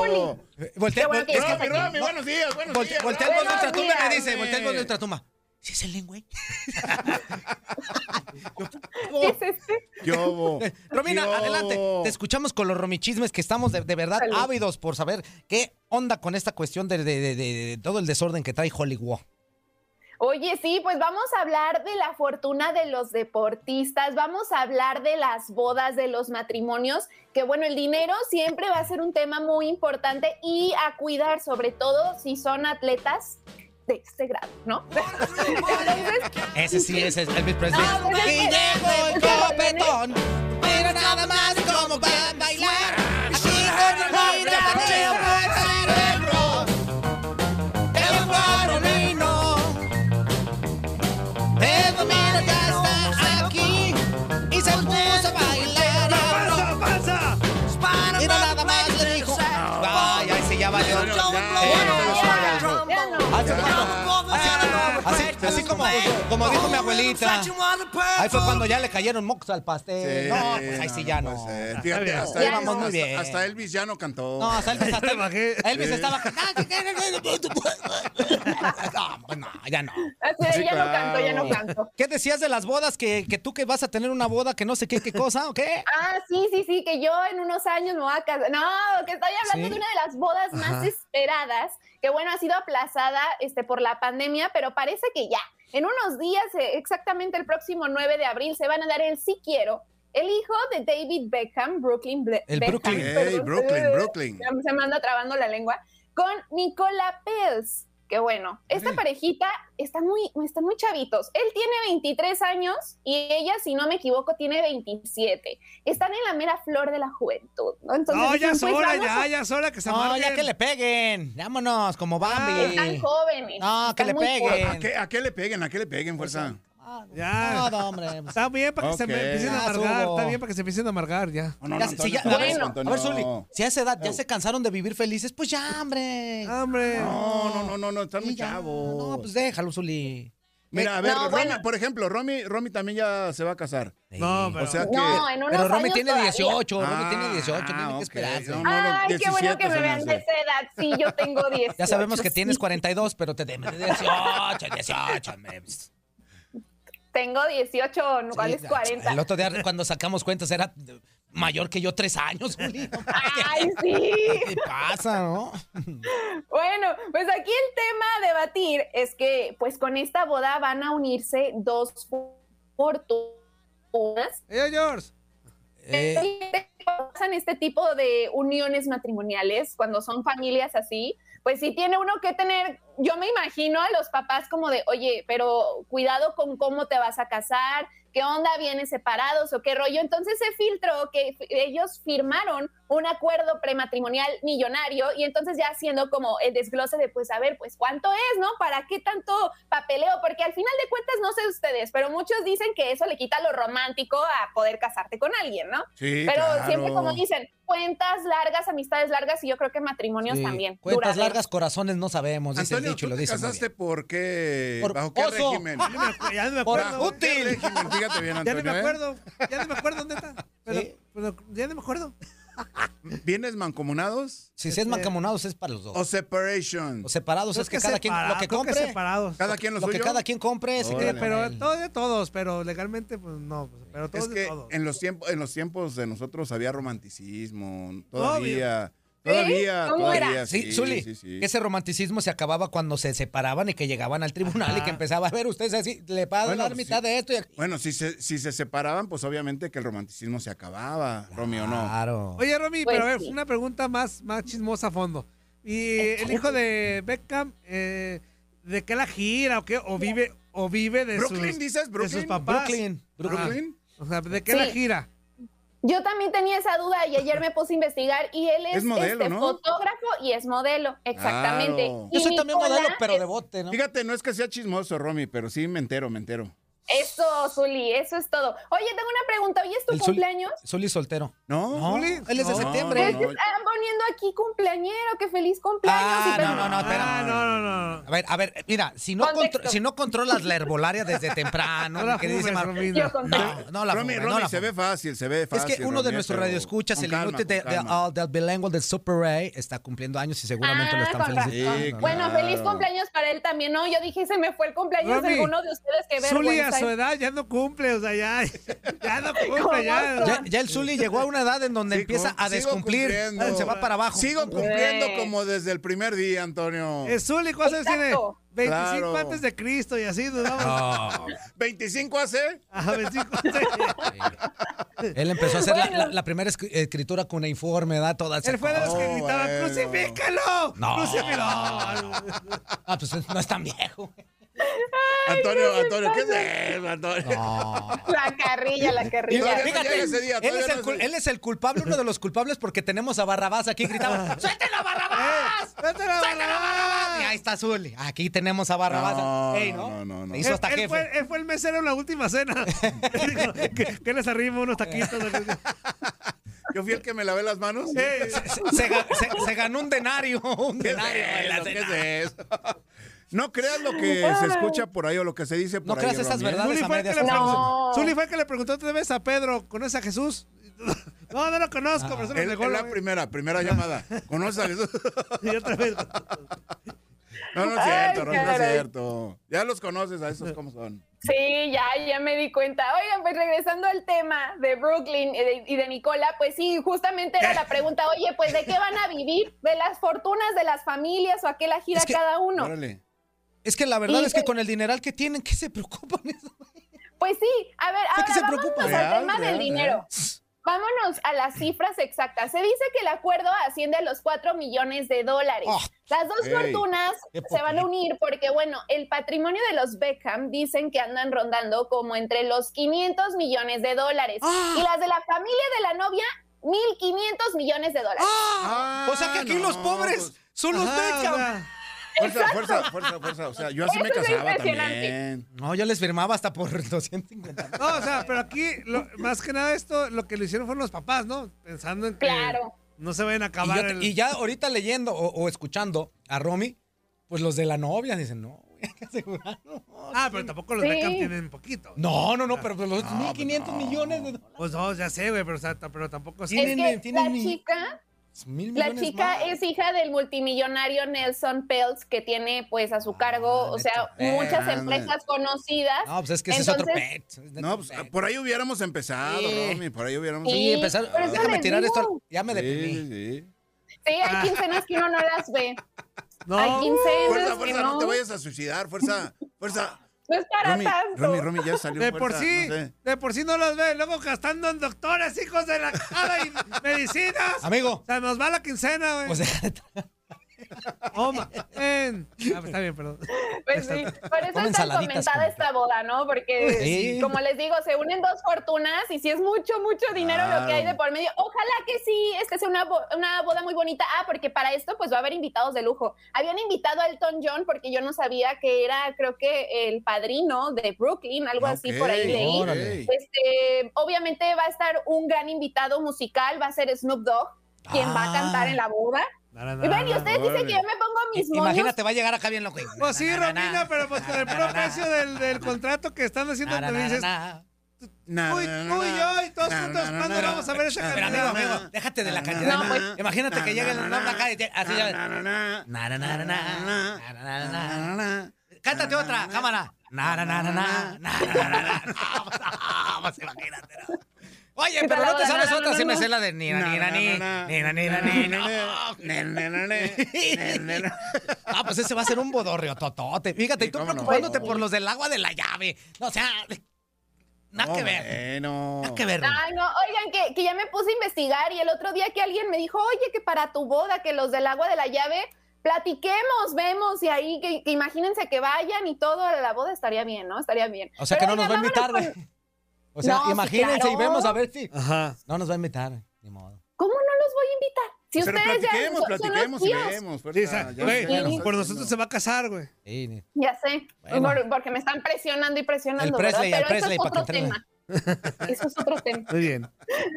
Speaker 10: Zuli.
Speaker 5: Eh, Voltea,
Speaker 10: Qué bueno que
Speaker 5: vol- es que-
Speaker 10: ya
Speaker 6: Romy,
Speaker 10: está
Speaker 6: Romy, Ah, buenos días, buenos
Speaker 5: Volte-
Speaker 6: días.
Speaker 5: voltea el
Speaker 6: Romy.
Speaker 5: gol de
Speaker 10: Buenos
Speaker 5: ultratumba y me
Speaker 10: días.
Speaker 5: dice, voltea el gol de ultratumba. ¿Sí es el link, güey?
Speaker 10: ¿Qué es este?
Speaker 6: ¿Qué hubo?
Speaker 5: Eh, Romina,
Speaker 6: ¿Qué hubo?
Speaker 5: adelante. Te escuchamos con los romichismes que estamos de, de verdad
Speaker 10: Salud.
Speaker 5: ávidos por saber qué onda con esta cuestión de, de- de- de- de todo el desorden que trae Hollywood.
Speaker 10: Oye, sí, pues vamos a hablar de la fortuna de los deportistas, vamos a hablar de las bodas, de los matrimonios, que bueno, el dinero siempre va a ser un tema muy importante y a cuidar, sobre todo si son atletas de este grado, ¿no? Entonces,
Speaker 5: Ese sí, ese es Elvis Presley.
Speaker 10: Ah, bueno,
Speaker 5: Y
Speaker 10: es que-
Speaker 5: llegó el
Speaker 10: es que lo
Speaker 5: copetón. Mira nada más cómo va a bailar. Aquí con Romina, Mateo, por cerebro. El guaromino. El Romina ya está aquí. Y se puso a bailar.
Speaker 4: ¡Pasa, pasa!
Speaker 5: Mira nada más le dijo. Ay, ay, sí, ya valió.
Speaker 6: Antonio, ya,
Speaker 5: Eh,
Speaker 6: ya, ya, ya.
Speaker 10: ya no.
Speaker 5: Hace rato, hace- Así, Así como, como dijo mi abuelita. Ahí fue cuando ya le cayeron mocos al pastel.
Speaker 6: Ah, Sí,
Speaker 5: no, pues ahí sí ya no.
Speaker 6: puede ser. Fíjate,
Speaker 5: No,
Speaker 6: hasta,
Speaker 5: ya
Speaker 6: Elvis,
Speaker 5: vamos muy
Speaker 6: hasta-
Speaker 5: bien.
Speaker 6: hasta Elvis ya no cantó.
Speaker 5: No, hasta Elvis, hasta Elvis
Speaker 6: Sí.
Speaker 5: estaba. No, pues no, ya no.
Speaker 10: Así de,
Speaker 5: Sí,
Speaker 10: ya no canto, ya
Speaker 5: claro.
Speaker 10: no canto.
Speaker 5: ¿Qué decías de las bodas? ¿Que, que tú que vas a tener una boda que no sé qué, qué cosa o qué?
Speaker 10: Ah, sí, sí, sí, que yo en unos años me voy a casar. No, que estoy hablando
Speaker 5: Sí.
Speaker 10: de una de las bodas más
Speaker 5: Ajá.
Speaker 10: esperadas, que bueno, ha sido aplazada este, por la pandemia, pero parece que ya. En unos días, eh, exactamente el próximo 9 de abril, se van a dar el sí quiero. El hijo de David Beckham, Brooklyn Ble-
Speaker 6: El
Speaker 10: Beckham,
Speaker 6: Brooklyn. Ey,
Speaker 10: perdón,
Speaker 6: Brooklyn,
Speaker 10: eh,
Speaker 6: Brooklyn.
Speaker 10: ya Se me anda trabando la lengua. Con Nicola Pels. Que bueno, esta parejita está muy, están muy chavitos. Él tiene 23 años y ella, si no me equivoco, tiene 27. Están en la mera flor de la juventud, ¿no? Entonces,
Speaker 4: No,
Speaker 10: dicen,
Speaker 4: ya
Speaker 10: pues,
Speaker 4: sola,
Speaker 10: vamos
Speaker 4: ya,
Speaker 10: a-
Speaker 4: ya sola que se
Speaker 5: No,
Speaker 4: amarguen.
Speaker 5: ya que le peguen. Vámonos, como
Speaker 10: Están
Speaker 5: Bambi.
Speaker 10: jóvenes.
Speaker 5: No, que
Speaker 10: están
Speaker 5: le
Speaker 10: muy jóvenes.
Speaker 6: ¿A
Speaker 5: peguen.
Speaker 6: Ah,
Speaker 5: Ah,
Speaker 6: qué, a qué le peguen? ¿A qué le peguen, fuerza?
Speaker 4: Ya.
Speaker 5: No, no, hombre.
Speaker 4: Está bien para que se
Speaker 6: Ok.
Speaker 4: me empiecen a
Speaker 5: Ya
Speaker 4: amargar.
Speaker 5: subo.
Speaker 4: Está bien para que se empiecen a amargar, ya.
Speaker 6: No, no,
Speaker 5: Ya,
Speaker 6: no,
Speaker 5: si
Speaker 6: Antonio,
Speaker 5: ya-
Speaker 6: no,
Speaker 5: a ver,
Speaker 6: Antonio,
Speaker 5: a ver, Zuli,
Speaker 6: no.
Speaker 5: si a esa edad ya se cansaron de vivir felices, pues ya, hombre.
Speaker 4: Hombre.
Speaker 6: No, no, no, no, Ah, no, están
Speaker 5: Sí,
Speaker 6: muy
Speaker 5: ya.
Speaker 6: chavos.
Speaker 5: No, pues eh, déjalo, Zuli.
Speaker 6: Mira, a ver,
Speaker 10: No,
Speaker 6: Romy,
Speaker 10: bueno.
Speaker 6: por ejemplo, Romy, Romy también ya se va a casar.
Speaker 4: No, pero-
Speaker 6: O sea que.
Speaker 10: No, en unos
Speaker 5: pues, Pero Romy
Speaker 10: años
Speaker 5: tiene
Speaker 10: todavía.
Speaker 5: 18, Romy
Speaker 6: Ah,
Speaker 5: tiene 18, tiene
Speaker 6: ok.
Speaker 5: que esperarse.
Speaker 6: No, no,
Speaker 10: Ay,
Speaker 6: los
Speaker 10: qué bueno que me
Speaker 6: 17 se me
Speaker 10: vean de
Speaker 6: hace.
Speaker 10: esa edad. Sí, yo tengo 10.
Speaker 5: Ya sabemos que tienes 42, pero te debes de 18, 18, hombre.
Speaker 10: Tengo 18, no, ¿cuál
Speaker 5: Sí,
Speaker 10: es 40?
Speaker 5: El otro día cuando sacamos cuentas era mayor que yo tres años, Juli. No manches.
Speaker 10: Ay, sí.
Speaker 5: ¿Qué te pasa, no?
Speaker 10: Bueno, pues aquí el tema a debatir es que, pues con esta boda van a unirse dos fortunas.
Speaker 4: Ey, George.
Speaker 5: Eh,
Speaker 10: Pasan este tipo de uniones matrimoniales cuando son familias así. Pues sí tiene uno que tener, yo me imagino a los papás como de, oye, pero cuidado con cómo te vas a casar, qué onda, vienes separados o qué rollo. Entonces se filtró que f- ellos firmaron un acuerdo prematrimonial millonario y entonces ya haciendo como el desglose de, pues a ver, pues cuánto es, ¿no? ¿Para qué tanto papeleo? Porque al final de cuentas, no sé ustedes, pero muchos dicen que eso le quita lo romántico a poder casarte con alguien, ¿no?
Speaker 6: Sí,
Speaker 10: Pero
Speaker 6: claro.
Speaker 10: siempre como dicen, cuentas largas, amistades largas y yo creo que matrimonios
Speaker 5: sí.
Speaker 10: también.
Speaker 5: Cuentas
Speaker 10: duraderos.
Speaker 5: largas, corazones no sabemos, dice el
Speaker 6: Pues Antonio,
Speaker 5: dicho y
Speaker 6: ¿tú
Speaker 5: lo
Speaker 6: te
Speaker 5: dice. muy
Speaker 6: casaste
Speaker 5: bien.
Speaker 6: por qué?
Speaker 5: Por
Speaker 6: ¿Bajo qué
Speaker 5: oso.
Speaker 6: régimen?
Speaker 4: Ya ni me acu- Ah, Ya no me
Speaker 5: Por
Speaker 4: acuerdo.
Speaker 6: ¿Bajo qué
Speaker 5: útil.
Speaker 6: régimen? Fíjate
Speaker 4: Ya
Speaker 6: bien,
Speaker 4: no
Speaker 6: Antonio.
Speaker 4: me
Speaker 6: ¿eh?
Speaker 4: acuerdo. Ya no me acuerdo dónde está. Pero,
Speaker 5: Sí.
Speaker 4: pero ya no me acuerdo.
Speaker 6: ¿Vienes mancomunados
Speaker 5: Si es mancamonados es para los dos.
Speaker 6: Este, o separation?
Speaker 5: O separados
Speaker 4: Creo
Speaker 5: es que, cada quien lo
Speaker 4: separa-
Speaker 5: que
Speaker 4: creo
Speaker 5: compre,
Speaker 4: separados.
Speaker 6: cada quien lo,
Speaker 5: lo que
Speaker 6: suyo.
Speaker 5: cada quien compre, se
Speaker 4: Sí,
Speaker 6: Órale.
Speaker 5: queda
Speaker 4: pero
Speaker 5: con él.
Speaker 4: todo de todos, pero legalmente, pues no. pues, Pero todos
Speaker 6: Es que
Speaker 4: de todos.
Speaker 6: en los tiempos en los tiempos de nosotros había romanticismo, todavía, todavía,
Speaker 10: ¿Eh? ¿Cómo
Speaker 6: todavía.
Speaker 10: era?
Speaker 5: Sí, Zuli,
Speaker 6: sí, sí.
Speaker 5: ese romanticismo se acababa cuando se separaban y que llegaban al tribunal y que empezaba a ver ustedes así, le va a
Speaker 6: Bueno, pues
Speaker 5: dar
Speaker 6: sí.
Speaker 5: mitad de esto y aquí.
Speaker 6: Bueno, si se, si se separaban, pues obviamente que el romanticismo se acababa, Romy, ¿o no?
Speaker 5: Claro.
Speaker 4: Oye, Romy,
Speaker 10: Pues
Speaker 4: pero a ver,
Speaker 10: sí.
Speaker 4: una pregunta más, más chismosa a fondo. ¿Y el hijo de Beckham, eh, de qué la gira o qué? ¿O vive, o vive de,
Speaker 6: ¿Brooklyn
Speaker 4: sus,
Speaker 6: dices?
Speaker 4: de sus
Speaker 6: ¿Brooklyn?
Speaker 4: papás?
Speaker 5: Brooklyn, Brooklyn.
Speaker 6: ¿Brooklyn?
Speaker 4: O sea, ¿de qué la
Speaker 10: Sí.
Speaker 4: gira?
Speaker 10: Yo también tenía esa duda y ayer me puse a investigar y él es,
Speaker 6: Es modelo,
Speaker 10: este,
Speaker 6: ¿no?
Speaker 10: fotógrafo y es modelo, exactamente.
Speaker 6: Claro.
Speaker 10: Y
Speaker 5: Yo soy también
Speaker 10: Nicola
Speaker 5: modelo, pero
Speaker 10: es-
Speaker 5: de bote, ¿no?
Speaker 6: Fíjate, no es que sea chismoso, Romy, pero sí me entero, me entero.
Speaker 10: Eso, Zuli, eso es todo. Oye, tengo una pregunta, ¿hoy es tu
Speaker 5: El Zuli-
Speaker 10: cumpleaños?
Speaker 5: Zuli soltero.
Speaker 6: ¿No?
Speaker 5: No, él es de
Speaker 6: No,
Speaker 5: septiembre.
Speaker 6: no,
Speaker 10: Te Están poniendo aquí cumpleañero, que feliz cumpleaños.
Speaker 5: Ah,
Speaker 10: y-
Speaker 5: no, no, no, espera.
Speaker 4: Ah, no, no, no.
Speaker 5: A ver, a ver, mira, si no,
Speaker 10: Contexto.
Speaker 5: contro- si no controlas la herbolaria desde temprano,
Speaker 4: No la
Speaker 5: que dice
Speaker 4: fumes,
Speaker 5: Mar-
Speaker 4: Romina.
Speaker 10: Yo con-
Speaker 5: No, no la
Speaker 6: Romy,
Speaker 5: fumes,
Speaker 6: Romy,
Speaker 5: no la
Speaker 6: se ve
Speaker 5: fumes.
Speaker 6: fácil, se ve
Speaker 5: Es
Speaker 6: fácil.
Speaker 5: que uno de
Speaker 6: Romy,
Speaker 5: nuestros
Speaker 6: pero
Speaker 5: radioescuchas,
Speaker 6: con
Speaker 5: el
Speaker 6: calma,
Speaker 5: inútil de,
Speaker 6: con
Speaker 5: de
Speaker 6: calma.
Speaker 5: All That Bilingual del Super Ray, está cumpliendo años y seguramente lo
Speaker 10: Ah,
Speaker 5: están
Speaker 10: con
Speaker 5: felicitando.
Speaker 10: razón.
Speaker 6: Sí,
Speaker 10: Bueno,
Speaker 6: claro.
Speaker 10: feliz cumpleaños para él también, ¿no? Yo dije, se me fue el cumpleaños
Speaker 4: Romy,
Speaker 10: de alguno de ustedes, que
Speaker 4: Zully a
Speaker 10: vergüenza.
Speaker 4: su edad ya no cumple, o sea, ya, ya no
Speaker 10: ¿Cómo
Speaker 4: cumple, ya.
Speaker 5: Ya, ya el Zuli llegó a una edad en donde
Speaker 6: Sigo-
Speaker 5: empieza a
Speaker 6: sigo
Speaker 5: descumplir.
Speaker 6: cumpliendo.
Speaker 5: Se va para abajo.
Speaker 6: Sigo
Speaker 4: Pues,
Speaker 6: cumpliendo
Speaker 10: Güey.
Speaker 6: como desde el primer día, Antonio.
Speaker 4: Eh, Zully, ¿cuántos tiene?
Speaker 10: Exacto.
Speaker 4: 25
Speaker 6: Claro.
Speaker 4: antes de Cristo y así, nos vamos.
Speaker 5: No.
Speaker 6: 25 hace.
Speaker 4: A 25 antes.
Speaker 5: Él empezó a hacer la-
Speaker 10: Bueno.
Speaker 5: la, la primera escri- escritura con uniforme, da toda esa
Speaker 4: Él fue de los que
Speaker 6: Oh,
Speaker 4: gritaban,
Speaker 6: bueno.
Speaker 4: ¡crucifícalo!
Speaker 5: No.
Speaker 4: ¡Crucifícalo!
Speaker 5: cosa. Ah, pues no es tan viejo.
Speaker 6: Antonio, Antonio, ¿qué es eso, Antonio?
Speaker 5: No.
Speaker 10: La carrilla, la carrilla.
Speaker 6: Todavía no llega ese día.
Speaker 5: Él
Speaker 6: todavía
Speaker 5: es,
Speaker 6: no
Speaker 5: el,
Speaker 6: ese
Speaker 5: cul-
Speaker 6: día.
Speaker 5: él es el culpable, uno de los culpables, porque tenemos a Barrabás aquí gritando: ¡Suéltelo a Barrabás!
Speaker 4: ¡Vete la
Speaker 5: ¡Suéltelo a Barrabás! Y ahí está Zuli. Aquí tenemos a Barrabás.
Speaker 6: No,
Speaker 5: Ey, ¿no?
Speaker 6: no, no, no.
Speaker 5: Le hizo hasta
Speaker 4: él,
Speaker 5: jefe.
Speaker 4: Fue, él fue el mesero en la última cena. Dijo, ¿Qué, qué les arrimo unos taquitos?
Speaker 6: Yo fui el que me lavé las manos.
Speaker 4: Eh,
Speaker 5: Se, se ga- se- se ganó un denario. Un
Speaker 6: ¿Qué es
Speaker 5: denario. en la
Speaker 6: eso? ¿Qué
Speaker 5: cena.
Speaker 6: es eso? No creas lo que se escucha por ahí o lo que se dice por ahí. Romy, ¿eh?
Speaker 4: Zuli fue el que le preguntó- Zuli fue el que le preguntó otra vez a Pedro, ¿conoces a Jesús? No, no lo conozco, pero se lo
Speaker 5: Ah,
Speaker 6: Es-
Speaker 4: negó.
Speaker 6: es la
Speaker 4: güey.
Speaker 6: primera, primera llamada. ¿Conoces a Jesús?
Speaker 4: Y otra vez.
Speaker 6: No, no es
Speaker 10: Ay,
Speaker 6: cierto, Romy, no es
Speaker 10: caray.
Speaker 6: cierto. Ya los conoces a esos como son.
Speaker 10: Sí, ya, ya me di cuenta. Oigan, pues regresando al tema de Brooklyn y de, y de Nicola, pues sí, justamente era la pregunta, oye, pues ¿de qué van a vivir? ¿De las fortunas de las familias o a qué la gira
Speaker 5: Es que-
Speaker 10: cada uno?
Speaker 6: Órale.
Speaker 5: Es que la verdad
Speaker 10: Y
Speaker 5: es que
Speaker 10: que-
Speaker 5: con el dineral que tienen, ¿qué se preocupan?
Speaker 10: Pues sí, a ver,
Speaker 5: ¿De
Speaker 10: ahora
Speaker 5: qué se
Speaker 10: vámonos
Speaker 5: preocupan?
Speaker 10: al
Speaker 5: Real,
Speaker 10: tema
Speaker 5: real,
Speaker 10: del dinero.
Speaker 5: real.
Speaker 10: Vámonos a las cifras exactas. Se dice que el acuerdo asciende a los 4 millones de dólares.
Speaker 5: Ah,
Speaker 10: las dos
Speaker 5: ey,
Speaker 10: fortunas
Speaker 5: qué
Speaker 10: se van a unir porque, bueno, el patrimonio de los Beckham dicen que andan rondando como entre los 500 millones de dólares.
Speaker 5: Ah.
Speaker 10: Y las de la familia de la novia, 1.500 millones de dólares.
Speaker 6: Ah,
Speaker 5: o sea que aquí
Speaker 6: no,
Speaker 5: los pobres
Speaker 6: pues,
Speaker 5: son los
Speaker 4: Ajá, o
Speaker 5: Beckham.
Speaker 4: sea,
Speaker 6: Fuerza, fuerza, fuerza, fuerza. O sea, yo así me
Speaker 10: Eso es
Speaker 6: casaba
Speaker 10: impresionante.
Speaker 6: también.
Speaker 5: No, yo les firmaba hasta por 250.
Speaker 4: No, o sea, pero aquí, lo- más que nada esto, lo que lo hicieron fueron los papás, ¿no? Pensando en que
Speaker 10: Claro.
Speaker 4: no se vayan a
Speaker 5: Y, yo
Speaker 4: acabar
Speaker 5: te-
Speaker 4: el-
Speaker 5: y ya ahorita leyendo o, o escuchando a Romy, pues los de la novia dicen, no, güey, hay que asegurarlo.
Speaker 4: Ah, pero tampoco los
Speaker 10: Sí.
Speaker 4: Beckham tienen poquito.
Speaker 5: No, no, no, pero pues
Speaker 4: Ah,
Speaker 5: los 1.500 millones de dólares.
Speaker 4: Pues no, ya sé, güey, pero, o sea, pero tampoco así.
Speaker 10: Es
Speaker 5: Tienen-
Speaker 10: que
Speaker 5: tienen
Speaker 10: la
Speaker 5: mi-
Speaker 10: chica
Speaker 5: Mil
Speaker 10: La
Speaker 5: millones
Speaker 10: chica
Speaker 5: más.
Speaker 10: es hija del multimillonario Nelson Peltz, que tiene pues a su cargo, o sea,
Speaker 5: Nelson
Speaker 10: muchas
Speaker 6: Peltz.
Speaker 10: empresas conocidas.
Speaker 5: No, pues es que ese
Speaker 10: Entonces-
Speaker 5: es otro pet.
Speaker 6: No, pues por ahí hubiéramos empezado,
Speaker 5: Sí.
Speaker 6: Romy, por ahí hubiéramos
Speaker 10: Sí,
Speaker 5: Sí, empezar.
Speaker 10: por eso
Speaker 5: Déjame
Speaker 10: les
Speaker 5: tirar
Speaker 10: digo.
Speaker 5: esto. Ya me deprimí.
Speaker 6: Sí, sí.
Speaker 10: Sí, hay quincenas que uno no las ve.
Speaker 4: No,
Speaker 10: Hay
Speaker 6: Fuerza,
Speaker 10: quincenas que
Speaker 6: fuerza,
Speaker 10: no.
Speaker 6: no te vayas a suicidar, fuerza, fuerza.
Speaker 10: No es para
Speaker 6: Romy,
Speaker 10: tanto.
Speaker 6: Romy, Romy, ya salió
Speaker 4: de
Speaker 6: fuerza,
Speaker 4: por sí,
Speaker 6: no sé.
Speaker 4: de por sí no los ve. Luego gastando en doctores, hijos de la cara y medicinas.
Speaker 5: Amigo,
Speaker 4: Se nos va la quincena, güey.
Speaker 5: pues deja de
Speaker 4: Oh, ma- en- Ah, pues está bien, perdón.
Speaker 10: Pues sí, por eso
Speaker 5: Ponme
Speaker 10: es tan
Speaker 5: ensaladitas
Speaker 10: comentada
Speaker 5: con-
Speaker 10: esta boda, ¿no? Porque,
Speaker 5: Sí.
Speaker 10: como les digo, se unen dos fortunas y si es mucho, mucho dinero lo que hay de
Speaker 6: Claro.
Speaker 10: por medio. Ojalá que sí, este sea una, bo- una boda muy bonita. Ah, porque para esto, pues va a haber invitados de lujo. Habían invitado a Elton John porque yo no sabía que era, creo que el padrino de Brooklyn, algo así por ahí
Speaker 6: Ok,
Speaker 10: leí.
Speaker 6: órale.
Speaker 10: Este, obviamente va a estar un gran invitado musical, va a ser Snoop Dogg, quien va a cantar en la boda. Y ven, y ustedes dicen que yo me pongo mis
Speaker 5: I-
Speaker 10: moños.
Speaker 5: Imagínate, va a llegar acá bien loco.
Speaker 4: Pues sí, Romina, pero pues con el puro precio del, del contrato que están haciendo,
Speaker 5: Na, na,
Speaker 4: te
Speaker 5: na,
Speaker 4: dices,
Speaker 5: na.
Speaker 6: Na,
Speaker 4: Uy,
Speaker 6: na, na,
Speaker 4: uy,
Speaker 6: na.
Speaker 4: yo y todos
Speaker 6: Na,
Speaker 4: juntos,
Speaker 6: na, na,
Speaker 4: ¿cuándo
Speaker 6: na,
Speaker 4: vamos a ver esa
Speaker 6: na,
Speaker 5: Pero
Speaker 4: cantidad?
Speaker 5: amigo,
Speaker 6: na,
Speaker 5: amigo,
Speaker 6: na,
Speaker 5: déjate de la
Speaker 6: na,
Speaker 5: cantidad.
Speaker 10: No, pues-
Speaker 5: Imagínate que
Speaker 6: na,
Speaker 5: llegue el
Speaker 6: na,
Speaker 5: nombre
Speaker 6: na,
Speaker 5: acá y te- así ya.
Speaker 6: na, na, na,
Speaker 5: Na, na, na, na,
Speaker 6: na,
Speaker 5: na, na, na, na.
Speaker 6: na.
Speaker 5: Cántate
Speaker 6: Na,
Speaker 5: otra,
Speaker 6: na,
Speaker 5: cámara. Na, na, na, na, na, na, na, na, na, na. No, pues, ah, pues, imagínate, no. Oye,
Speaker 10: Sí,
Speaker 5: pero
Speaker 10: la
Speaker 5: no te
Speaker 10: boda,
Speaker 5: sabes
Speaker 10: na, na,
Speaker 5: otra
Speaker 10: na,
Speaker 5: si
Speaker 10: na,
Speaker 5: me
Speaker 10: na.
Speaker 5: sé la de ni, na, ni, na, ni, ni, na, ni, na, ni, no.
Speaker 6: Ne, ne, ne, ne. Ne, ne, ne.
Speaker 5: Ah, pues ese va a ser un bodorrio totote. Fíjate,
Speaker 6: Sí,
Speaker 5: y tú
Speaker 6: cómo no.
Speaker 5: preocupándote
Speaker 6: Pues-
Speaker 5: por los del agua de la llave. No, o sea, nada
Speaker 6: No,
Speaker 5: que ver.
Speaker 6: bueno.
Speaker 5: Nada que ver. güey.
Speaker 10: Ay, no, oigan, que, que ya me puse a investigar y el otro día que alguien me dijo, oye, que para tu boda, que los del agua de la llave, platiquemos, vemos y ahí, que, que imagínense que vayan y todo, a la boda estaría bien, ¿no? Estaría bien.
Speaker 5: O sea que
Speaker 10: Pero
Speaker 5: no nos va a
Speaker 10: oigan,
Speaker 5: invitar,
Speaker 10: vámonos
Speaker 5: güey. O sea,
Speaker 10: No, sí,
Speaker 5: imagínense y
Speaker 10: claro.
Speaker 5: vemos a ver si.
Speaker 4: Ajá.
Speaker 5: No nos va a invitar, ni modo.
Speaker 10: con- ¿Cómo no los voy a invitar? Si
Speaker 6: Pero
Speaker 10: ustedes ya
Speaker 6: platiquemos,
Speaker 10: son- son los
Speaker 6: platiquemos y
Speaker 10: tíos.
Speaker 6: vemos.
Speaker 4: Sí, o
Speaker 6: fuerza,
Speaker 4: sea,
Speaker 6: Ah, ya
Speaker 4: güey,
Speaker 6: sé, ya
Speaker 4: por
Speaker 6: sé,
Speaker 4: nosotros
Speaker 6: no.
Speaker 4: se va a casar, güey.
Speaker 5: Sí, ni-
Speaker 10: Ya sé,
Speaker 5: Bueno.
Speaker 10: por- porque me están presionando y presionando.
Speaker 5: El Presley,
Speaker 10: ¿verdad?
Speaker 5: el
Speaker 10: Pero eso es
Speaker 5: Presley, para que
Speaker 10: otro tema. Eso es otro tema.
Speaker 4: Muy bien.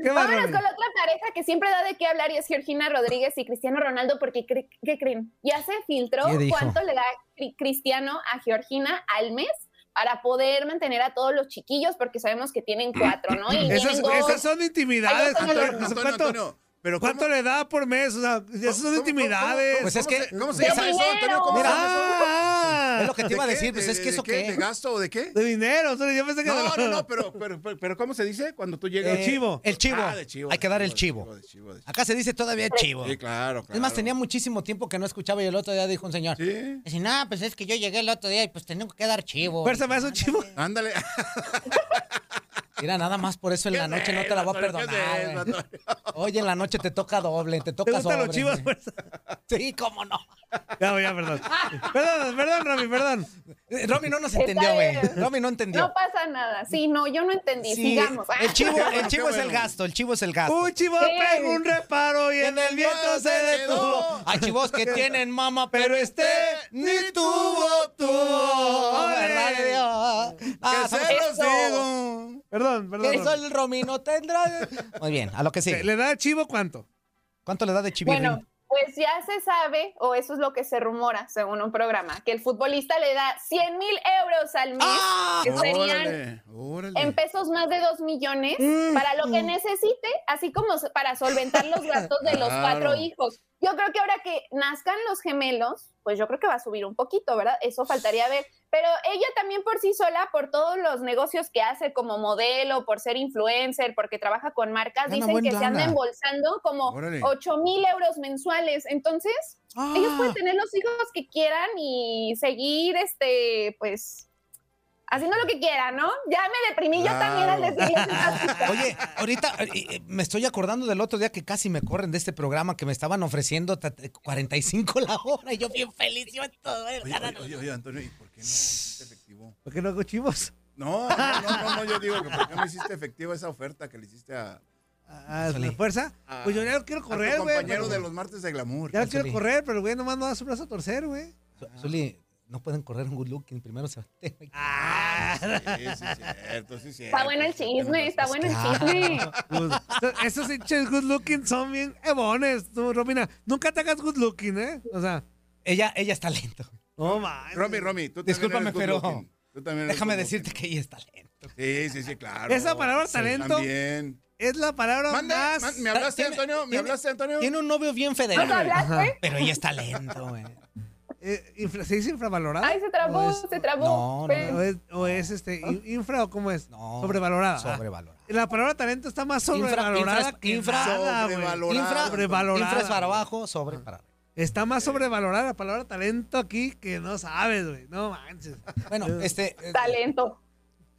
Speaker 4: ¿Qué más,
Speaker 10: Vámonos
Speaker 4: Romy?
Speaker 10: con la otra pareja que siempre da de qué hablar y es Georgina Rodríguez y Cristiano Ronaldo, porque cre- ¿qué creen? Ya se filtró
Speaker 5: ¿Qué dijo?
Speaker 10: cuánto le da Cri- Cristiano a Georgina al mes para poder mantener a todos los chiquillos, porque sabemos que tienen cuatro, ¿no? Y
Speaker 4: Esas,
Speaker 10: tienen dos.
Speaker 4: esas son
Speaker 10: Ahí
Speaker 4: intimidades.
Speaker 10: está
Speaker 4: Antonio,
Speaker 10: la-
Speaker 4: o sea,
Speaker 6: Antonio,
Speaker 4: ¿Cuánto,
Speaker 6: Antonio, pero
Speaker 4: cuánto
Speaker 6: ¿cómo-
Speaker 4: le da por mes? O sea, esas son
Speaker 6: ¿Cómo-
Speaker 4: intimidades.
Speaker 5: Pues es
Speaker 6: cómo
Speaker 5: que-
Speaker 6: se- ¿Cómo se
Speaker 10: de
Speaker 6: llama eso,
Speaker 10: dinero.
Speaker 6: Antonio? ¿Cómo se
Speaker 5: Mira,
Speaker 6: llama eso?
Speaker 4: ah,
Speaker 5: Es lo que te iba a
Speaker 6: qué?
Speaker 5: decir, pues
Speaker 6: ¿De-
Speaker 5: es que
Speaker 6: de
Speaker 5: eso
Speaker 6: qué?
Speaker 5: qué.
Speaker 6: ¿De gasto o de qué?
Speaker 4: de dinero. o sea, yo pensé que
Speaker 6: No, no, no, pero, pero, pero, pero ¿cómo se dice cuando tú llegas?
Speaker 4: El chivo.
Speaker 5: El chivo.
Speaker 6: Ah, de chivo.
Speaker 5: Hay
Speaker 6: de
Speaker 5: que dar el
Speaker 6: de
Speaker 5: chivo.
Speaker 6: de chivo, de chivo.
Speaker 5: Acá se dice todavía chivo.
Speaker 6: Sí, claro, claro.
Speaker 5: Es más, tenía muchísimo tiempo que no escuchaba y el otro día dijo un señor.
Speaker 6: Sí.
Speaker 5: Dice, no, pues es que yo llegué el otro día y pues tengo que dar chivo.
Speaker 4: Fuerza, me hace un chivo.
Speaker 6: Ándale.
Speaker 5: Mira, nada más por eso en la noche no te la voy a
Speaker 6: Antonio, ¿qué es
Speaker 5: perdonar.
Speaker 6: eso,
Speaker 5: güey. Oye, en la noche te toca doble, te
Speaker 4: ¿Te
Speaker 5: toca
Speaker 4: gustan
Speaker 5: sobre.
Speaker 4: los chivos,
Speaker 5: güey.
Speaker 4: fuerza?
Speaker 5: Sí, cómo no.
Speaker 4: Ya, ya, perdón. Perdón, perdón, Romy, perdón.
Speaker 5: Eh, Romy no nos
Speaker 10: Está
Speaker 5: entendió, güey.
Speaker 10: bien.
Speaker 5: Romy no entendió.
Speaker 10: No pasa nada. Sí, no, yo no entendí.
Speaker 5: Sí,
Speaker 10: Sigamos.
Speaker 5: el chivo, el chivo es el
Speaker 6: bueno.
Speaker 5: gasto, el chivo es el gasto.
Speaker 4: Un chivo
Speaker 10: Sí.
Speaker 4: pegó un reparo y en el viento se detuvo.
Speaker 5: Hay chivos que tienen mama, pero
Speaker 4: Pero
Speaker 5: este
Speaker 4: este
Speaker 5: ni tuvo tuvo. ¿Verdad, Dios? Ah,
Speaker 6: que
Speaker 5: somos-
Speaker 6: se los
Speaker 10: Eso.
Speaker 6: digo.
Speaker 4: Perdón,
Speaker 5: que
Speaker 4: perdón.
Speaker 5: hizo el Romino tendrá. Muy bien, a lo que sí.
Speaker 4: ¿Le da chivo cuánto?
Speaker 5: ¿Cuánto le da de chivirrín?
Speaker 10: Bueno, Pues ya se sabe, o eso es lo que se rumora según un programa, que el futbolista le da 100 mil euros al mes,
Speaker 5: ¡Ah!
Speaker 10: que serían
Speaker 6: Órale, órale.
Speaker 10: en pesos más de 2 millones, para lo que necesite, así como s- para solventar los gastos de los cuatro
Speaker 6: Claro.
Speaker 10: hijos. Yo creo que ahora que nazcan los gemelos, pues yo creo que va a subir un poquito, ¿verdad? Eso faltaría ver. Pero ella también por sí sola, por todos los negocios que hace como modelo, por ser influencer, porque trabaja con marcas,
Speaker 6: Gana
Speaker 10: dicen
Speaker 6: buen
Speaker 10: que se anda
Speaker 6: lana.
Speaker 10: embolsando como
Speaker 6: Órale.
Speaker 10: 8 mil euros mensuales. Entonces, ellos
Speaker 5: Ah.
Speaker 10: pueden tener los hijos que quieran y seguir, este, pues, haciendo lo que quieran, ¿no? Ya me deprimí yo también al "Ah,
Speaker 5: Claro.
Speaker 10: decirles esas cosas.
Speaker 5: Ah, Oye, ahorita eh, eh, me estoy acordando del otro día que casi me corren de este programa que me estaban ofreciendo ta- eh, ta- 45 la hora y yo bien feliz. Yo todo el-
Speaker 6: Oye, oye, oye, oye, Antonio, ¿y por qué no hiciste efectivo?
Speaker 4: ¿Por qué no hago chivos?
Speaker 6: No, no, no, no, no, yo digo que por qué no hiciste efectivo esa oferta que le hiciste a,
Speaker 4: ¿A
Speaker 5: Híjole.
Speaker 4: la Ah, fuerza?
Speaker 6: a-
Speaker 4: Pues yo ya no quiero
Speaker 6: a tu
Speaker 4: correr, güey.
Speaker 6: Ah. compañero
Speaker 4: pero-
Speaker 6: Ah, de los martes de glamour.
Speaker 4: Ya no quiero
Speaker 5: Zuli.
Speaker 4: correr, pero el güey nomás no da su brazo a torcer, güey.
Speaker 5: Zuli, no pueden correr un good looking, primero se va
Speaker 6: Ah, Sí, sí, cierto, sí, cierto.
Speaker 10: Está bueno el chisme, está bueno el chisme.
Speaker 4: Pues, esos hinches good looking son bien ebones, tú, Romina. Nunca te hagas good looking, ¿eh? O sea,
Speaker 5: Ella, ella está lento.
Speaker 4: no mames.
Speaker 6: Romy, Romy, tú también
Speaker 5: Discúlpame,
Speaker 6: eres good
Speaker 5: pero
Speaker 6: looking. Tú también eres
Speaker 5: Déjame
Speaker 6: good
Speaker 5: decirte
Speaker 6: looking.
Speaker 5: que ella está lento.
Speaker 6: Sí, sí, sí, claro.
Speaker 4: Esa palabra
Speaker 6: Sí,
Speaker 4: talento-
Speaker 6: También.
Speaker 4: Es la palabra
Speaker 6: Mande,
Speaker 4: más.
Speaker 6: man- ¿me hablaste,
Speaker 5: Ah, Tiene-
Speaker 6: Antonio? ¿Me
Speaker 5: tiene-
Speaker 6: hablaste, Antonio?
Speaker 5: Tiene un novio bien
Speaker 10: ¿Nos
Speaker 5: federal,
Speaker 10: hablaste?
Speaker 5: pero ella está lento, güey.
Speaker 4: eh, infra- ¿Se dice infravalorada?
Speaker 10: Ay, se
Speaker 5: No
Speaker 10: trabó,
Speaker 5: es-
Speaker 10: se trabó.
Speaker 5: Ah, pues,
Speaker 10: Pues,
Speaker 5: no, no,
Speaker 10: Ven.
Speaker 4: ¿O es, o es, este, in- infra o cómo es?
Speaker 5: No.
Speaker 4: Sobrevalorada. Ah.
Speaker 5: Sobrevalorada.
Speaker 4: La palabra talento está más
Speaker 5: Infra-
Speaker 4: sobrevalorada
Speaker 5: infra-
Speaker 4: que
Speaker 5: infra-
Speaker 4: nada, güey.
Speaker 6: Sobrevalorada.
Speaker 5: Infra,
Speaker 4: Sobrevalorada.
Speaker 5: infra es para abajo, sobre para arriba.
Speaker 4: Está más sobrevalorada la palabra talento aquí que no sabes, güey. No manches.
Speaker 5: Bueno, este. eh,
Speaker 10: Talento.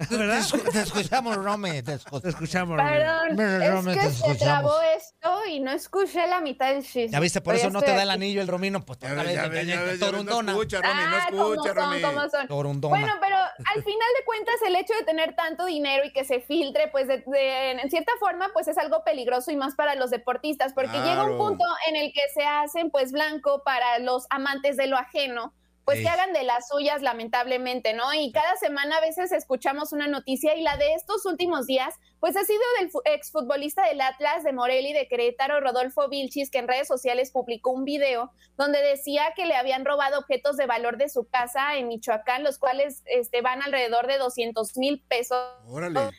Speaker 4: ¿Verdad?
Speaker 5: Te, escu- te escuchamos, Rome. Te
Speaker 4: Te
Speaker 5: escuchamos.
Speaker 4: escuchamos. Romy.
Speaker 10: Perdón,
Speaker 5: Mira, Romy,
Speaker 10: es
Speaker 5: te
Speaker 10: que se
Speaker 5: escuchamos.
Speaker 10: trabó esto y no escuché la mitad del chisme.
Speaker 5: Ya viste, por
Speaker 10: Pero
Speaker 5: eso
Speaker 10: ya
Speaker 5: no
Speaker 10: estoy
Speaker 5: te da el
Speaker 10: aquí.
Speaker 5: anillo el Romino. Pues
Speaker 6: este- Ya
Speaker 5: otra
Speaker 6: ves,
Speaker 5: vez,
Speaker 6: ya ves, ya ves, ya ves, No
Speaker 5: Torundona.
Speaker 6: escucha, Romy, no
Speaker 10: Ah, ¿cómo
Speaker 6: escucha,
Speaker 10: son,
Speaker 6: Romy.
Speaker 10: cómo son?
Speaker 5: Torundona.
Speaker 10: Bueno, pero al final de cuentas el hecho de tener tanto dinero y que se filtre, pues de- de- en cierta forma, pues es algo peligroso y más para los deportistas, porque llega
Speaker 6: Claro.
Speaker 10: un punto en el que se hacen pues blanco para los amantes de lo ajeno. Pues
Speaker 5: Ey.
Speaker 10: que hagan de las suyas, lamentablemente, ¿no? Y cada semana a veces escuchamos una noticia y la de estos últimos días, pues ha sido del fu- exfutbolista del Atlas de Morelia y de Querétaro, Rodolfo Vilchis, que en redes sociales publicó un video donde decía que le habían robado objetos de valor de su casa en Michoacán, los cuales este, van alrededor de 200 mil pesos.
Speaker 4: Oh,
Speaker 6: Órale.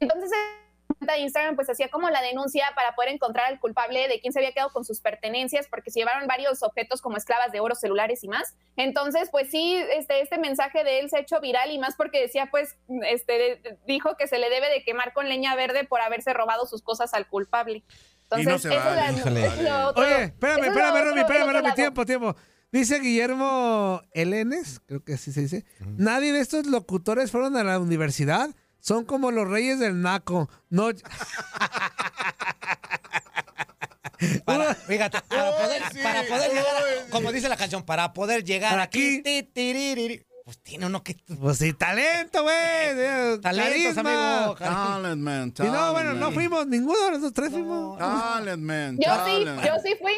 Speaker 10: Entonces, en cuenta de Instagram pues hacía como la denuncia para poder encontrar al culpable de quién se había quedado con sus pertenencias, porque se llevaron varios objetos como esclavas de oro, celulares y más. Entonces, pues sí, este, este mensaje de él se ha hecho viral y más porque decía, pues, este, de- dijo que se le debe de quemar con leña verde por haberse robado sus cosas al culpable.
Speaker 6: Y no
Speaker 10: Entonces,
Speaker 6: se
Speaker 10: eso es
Speaker 6: vale,
Speaker 10: la-
Speaker 6: híjole.
Speaker 10: eso es lo otro.
Speaker 4: Oye, espérame,
Speaker 10: Eso es lo
Speaker 4: espérame,
Speaker 10: otro
Speaker 4: Romy,
Speaker 10: del
Speaker 4: espérame,
Speaker 10: otro
Speaker 4: Romy,
Speaker 10: lado.
Speaker 4: tiempo, tiempo. Dice Guillermo Elenes, creo que así se dice. Nadie de estos locutores fueron a la universidad. Son como los reyes del naco. No,
Speaker 5: Para, fíjate, para poder,
Speaker 6: sí,
Speaker 5: para poder
Speaker 6: uy,
Speaker 5: llegar, a-
Speaker 6: sí.
Speaker 5: como dice la canción, para poder llegar
Speaker 4: Para
Speaker 5: aquí,
Speaker 4: aquí.
Speaker 5: ti, tiririri, pues tiene uno que...
Speaker 4: pues sí, talento, güey.
Speaker 5: Talentos,
Speaker 4: carisma.
Speaker 5: amigo.
Speaker 6: Talent, man.
Speaker 4: Y no, bueno,
Speaker 6: talent,
Speaker 4: no
Speaker 6: man.
Speaker 4: fuimos, ninguno de los tres fuimos.
Speaker 6: Talent, man.
Speaker 10: Yo sí,
Speaker 6: talent.
Speaker 10: yo sí fui.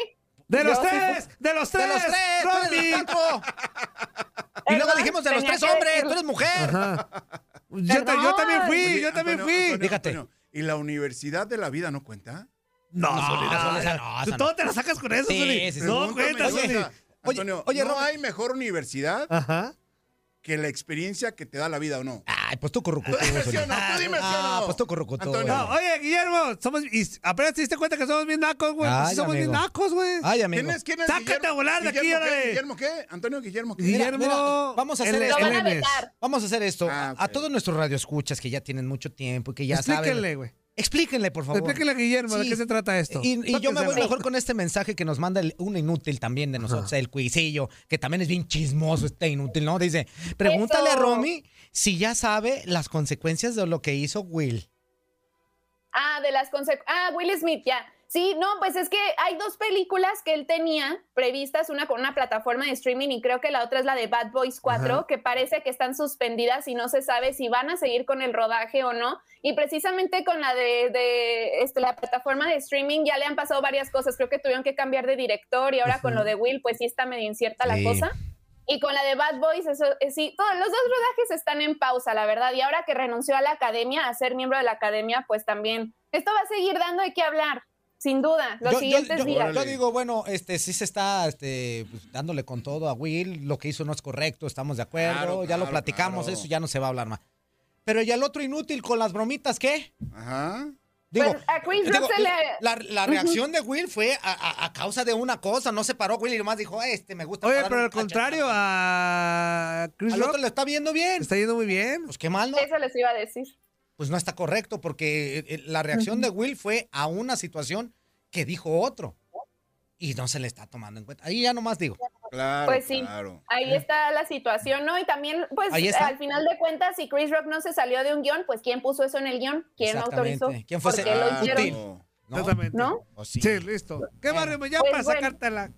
Speaker 4: De los
Speaker 10: Yo sí
Speaker 4: tres, de los tres,
Speaker 5: ¡De los tres! ¡Tú eres
Speaker 4: Romy.
Speaker 5: el taco! Y
Speaker 10: Es
Speaker 5: luego
Speaker 10: más,
Speaker 5: dijimos de los
Speaker 10: tenía
Speaker 5: tres
Speaker 10: que
Speaker 5: hombres,
Speaker 10: decirlo.
Speaker 5: tú eres mujer.
Speaker 4: Ajá. Yo, ta- yo también fui,
Speaker 6: Oye,
Speaker 4: yo también
Speaker 6: Antonio,
Speaker 4: fui.
Speaker 6: Antonio,
Speaker 5: Fíjate.
Speaker 6: Antonio, ¿Y la universidad de la vida no cuenta?
Speaker 4: No, Soledad.
Speaker 5: Soledad, no,
Speaker 4: Tú
Speaker 5: esa no.
Speaker 4: todo te la sacas con eso,
Speaker 5: Sí,
Speaker 4: Soli.
Speaker 5: sí, sí.
Speaker 4: No
Speaker 6: Pregúntame,
Speaker 4: cuentas,
Speaker 6: Antonio.
Speaker 4: Soli.
Speaker 5: Oye,
Speaker 6: Antonio,
Speaker 5: oye,
Speaker 6: ¿no
Speaker 5: Romy.
Speaker 6: hay mejor universidad
Speaker 4: Ajá.
Speaker 6: que la experiencia que te da la vida o no?
Speaker 5: Ay, pues tú corrucutú.
Speaker 6: Tú dime sí o no,
Speaker 5: Soledad.
Speaker 6: tú dime sí o
Speaker 5: Ah,
Speaker 6: no.
Speaker 5: pues tú corrucutú.
Speaker 6: Antonio.
Speaker 4: No,
Speaker 5: güey.
Speaker 4: oye, Guillermo, somos, y apenas te diste cuenta que somos bien nacos, güey. Pues sí
Speaker 5: Ay,
Speaker 4: somos bien
Speaker 5: amigo.
Speaker 4: nacos, güey.
Speaker 5: Ay, amigo.
Speaker 6: ¿Quién es? ¿Quién es?
Speaker 4: Sácate a volar de aquí,
Speaker 6: Guillermo,
Speaker 4: órale.
Speaker 6: ¿qué? ¿Guillermo qué? ¿Antonio Guillermo qué?
Speaker 4: Guillermo,
Speaker 5: Mira, mira, vamos a hacer
Speaker 4: el-
Speaker 10: Lo van a
Speaker 4: el-
Speaker 10: vetar.
Speaker 5: Vamos a hacer esto.
Speaker 6: Ah,
Speaker 5: A-
Speaker 6: ok.
Speaker 5: A todos nuestros radioescuchas que ya tienen mucho tiempo y que ya saben.
Speaker 4: Explíquenle, güey.
Speaker 5: Explíquenle, por favor.
Speaker 4: Explíquenle a Guillermo de
Speaker 5: Sí.
Speaker 4: qué se trata esto.
Speaker 5: Y, y yo me voy
Speaker 4: Sáquensela.
Speaker 5: mejor con este mensaje que nos manda el- un inútil también de nosotros, el cuisillo, que también es bien chismoso este inútil, ¿no? Dice, pregúntale a
Speaker 10: Eso.
Speaker 5: Romy si ya sabe las consecuencias de lo que hizo Will.
Speaker 10: Ah, de las consecuencias. Ah, Will Smith, ya. Sí, no, pues es que hay dos películas que él tenía previstas, una con una plataforma de streaming y creo que la otra es la de Bad Boys 4, que parece que están suspendidas y no se sabe si van a seguir con el rodaje o no. Y precisamente con la de, de, este, la plataforma de streaming ya le han pasado varias cosas. Creo que tuvieron que cambiar de director y ahora con lo de Will, pues sí está medio incierta
Speaker 5: Sí.
Speaker 10: la cosa. Y con la de Bad Boys, eso eh, sí, todos los dos rodajes están en pausa, la verdad. Y ahora que renunció a la academia, a ser miembro de la academia, pues también esto va a seguir dando de qué hablar. sin duda, los
Speaker 5: Yo- yo-
Speaker 10: siguientes
Speaker 5: yo-
Speaker 10: días. Pues,
Speaker 5: Yo digo, bueno, este sí se está este, pues, dándole con todo a Will, lo que hizo no es correcto, estamos de acuerdo,
Speaker 6: Claro,
Speaker 5: ya lo
Speaker 6: claro,
Speaker 5: platicamos,
Speaker 6: claro.
Speaker 5: eso ya no se va a hablar más. Pero ya el otro inútil con las bromitas, ¿qué?
Speaker 6: Ajá.
Speaker 5: Digo,
Speaker 10: Pues, a Chris no
Speaker 5: digo,
Speaker 10: se le-
Speaker 5: la, la reacción de Will fue a, a- a causa de una cosa, no se paró Will y nomás dijo, "Ay, este me gusta.
Speaker 4: Oye,
Speaker 5: parar
Speaker 4: pero
Speaker 5: un
Speaker 4: al contrario, a Chris
Speaker 5: Al
Speaker 4: Rock
Speaker 5: otro le está viendo bien.
Speaker 4: está yendo muy bien.
Speaker 5: Pues qué mal, ¿no?
Speaker 10: Eso les iba a decir.
Speaker 5: Pues no está correcto, porque eh, eh, la reacción de Will fue a una situación que dijo otro. Y no se le está tomando en cuenta. Ahí ya nomás digo.
Speaker 6: Claro,
Speaker 10: Pues sí.
Speaker 6: claro.
Speaker 10: Ahí está la situación, ¿no? Y también, pues,
Speaker 5: Eh. Ahí está.
Speaker 10: al final de cuentas, si Chris Rock no se salió de un guión, pues, ¿quién puso eso en el guión? ¿Quién lo
Speaker 5: Exactamente.
Speaker 10: autorizó?
Speaker 5: ¿Quién fue
Speaker 10: ¿Por
Speaker 5: ese-
Speaker 10: qué lo
Speaker 5: Ah,
Speaker 10: hicieron?
Speaker 5: útil. ¿No?
Speaker 4: Exactamente.
Speaker 10: ¿No?
Speaker 5: ¿O sí? Pues
Speaker 4: Sí. listo. ¿Qué barrio? Ya
Speaker 10: Pues
Speaker 4: para
Speaker 10: bueno.
Speaker 4: sacarte la.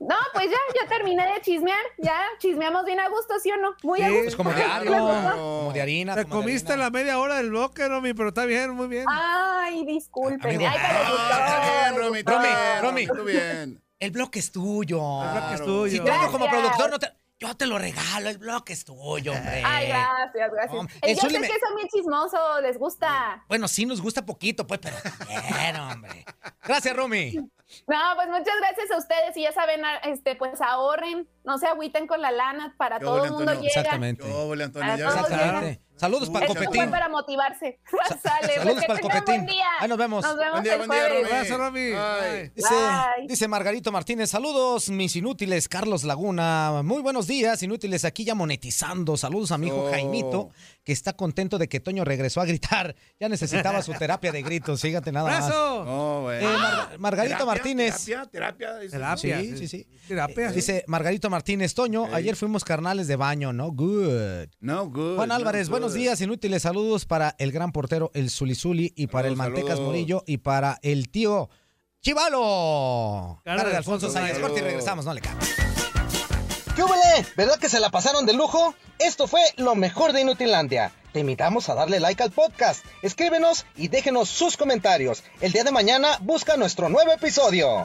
Speaker 10: No, pues ya, ya terminé de chismear. Ya chismeamos bien a gusto, ¿sí o no? Muy a
Speaker 4: Sí.
Speaker 10: gusto.
Speaker 5: Pues como de
Speaker 10: Claro.
Speaker 5: algo, como de harina.
Speaker 4: Te
Speaker 5: como de
Speaker 4: comiste
Speaker 5: harina.
Speaker 4: la media hora del bloque, Romy, pero está bien, muy bien.
Speaker 10: Ay, discúlpeme.
Speaker 5: Amigo.
Speaker 10: Ay, pero
Speaker 6: Ah, está bien,
Speaker 10: doctor.
Speaker 6: Romy, está
Speaker 5: Romy,
Speaker 6: bien,
Speaker 5: Romy.
Speaker 6: Tú bien.
Speaker 5: El bloque es tuyo.
Speaker 4: bloque es
Speaker 6: Claro.
Speaker 4: tuyo.
Speaker 5: Si tú eres como
Speaker 10: Gracias.
Speaker 5: productor, no te- yo te lo regalo. El bloque es tuyo, hombre.
Speaker 10: Ay, gracias, gracias.
Speaker 5: Hombre,
Speaker 10: Eh,
Speaker 5: eso
Speaker 10: Yo
Speaker 5: le
Speaker 10: sé
Speaker 5: me-
Speaker 10: que son bien chismosos, les gusta.
Speaker 5: Bueno, sí nos gusta poquito, pues, pero también, hombre. Gracias, Romy.
Speaker 10: No, pues muchas gracias a ustedes. Y ya saben, a- este, pues ahorren, no se agüiten con la lana, para
Speaker 6: Qué
Speaker 10: todo
Speaker 6: ole,
Speaker 10: el mundo
Speaker 6: Antonio.
Speaker 10: llega.
Speaker 6: Yo, ole, Antonio,
Speaker 10: A
Speaker 6: ya
Speaker 10: todos
Speaker 6: ves.
Speaker 5: Exactamente. Saludos para
Speaker 6: Uy,
Speaker 10: Esto fue
Speaker 5: Copetín.
Speaker 10: para motivarse. Sale, pues,
Speaker 5: Saludos
Speaker 10: que
Speaker 5: para
Speaker 10: tengan
Speaker 5: el Copetín.
Speaker 10: buen día.
Speaker 5: Ahí nos vemos.
Speaker 10: Nos vemos
Speaker 6: Buen día,
Speaker 10: el
Speaker 6: buen día,
Speaker 10: jueves.
Speaker 6: Romy.
Speaker 4: Gracias, Romy.
Speaker 6: Ay.
Speaker 5: Dice,
Speaker 10: Bye.
Speaker 5: dice Margarito Martínez, saludos mis inútiles, Carlos Laguna, muy buenos días, inútiles, aquí ya monetizando, saludos a mi hijo
Speaker 6: Oh.
Speaker 5: Jaimito, que está contento de que Toño regresó a gritar, ya necesitaba su terapia de gritos, fíjate nada más.
Speaker 4: ¡Brazo!
Speaker 6: No, güey.
Speaker 5: Eh,
Speaker 10: Ah.
Speaker 5: Mar- Margarito
Speaker 6: Ah. Terapia,
Speaker 5: Martínez.
Speaker 6: Terapia, terapia. dice.
Speaker 4: Terapia.
Speaker 5: Sí, sí, sí. Eh,
Speaker 4: Terapia.
Speaker 5: Dice Margarito Martínez, Toño, ayer fuimos carnales de baño, ¿no? Good.
Speaker 6: No, good.
Speaker 5: Juan
Speaker 6: no pues.
Speaker 5: Álvarez,
Speaker 6: good.
Speaker 5: buenos días, inútiles saludos para el gran portero, el Zulizuli, y para el
Speaker 6: Saludos,
Speaker 5: Mantecas
Speaker 6: saludos.
Speaker 5: Murillo, y para el tío Chivalo.
Speaker 4: Carlos
Speaker 5: Carga de Alfonso
Speaker 4: Alfonso
Speaker 5: Sánchez,
Speaker 6: Sánchez.
Speaker 5: corte y regresamos, no le cambies.
Speaker 11: ¿Qué hubole? ¿Verdad que se la pasaron de lujo? Esto fue lo mejor de Inutilandia. Te invitamos a darle like al podcast, escríbenos y déjenos sus comentarios. El día de mañana busca nuestro nuevo episodio.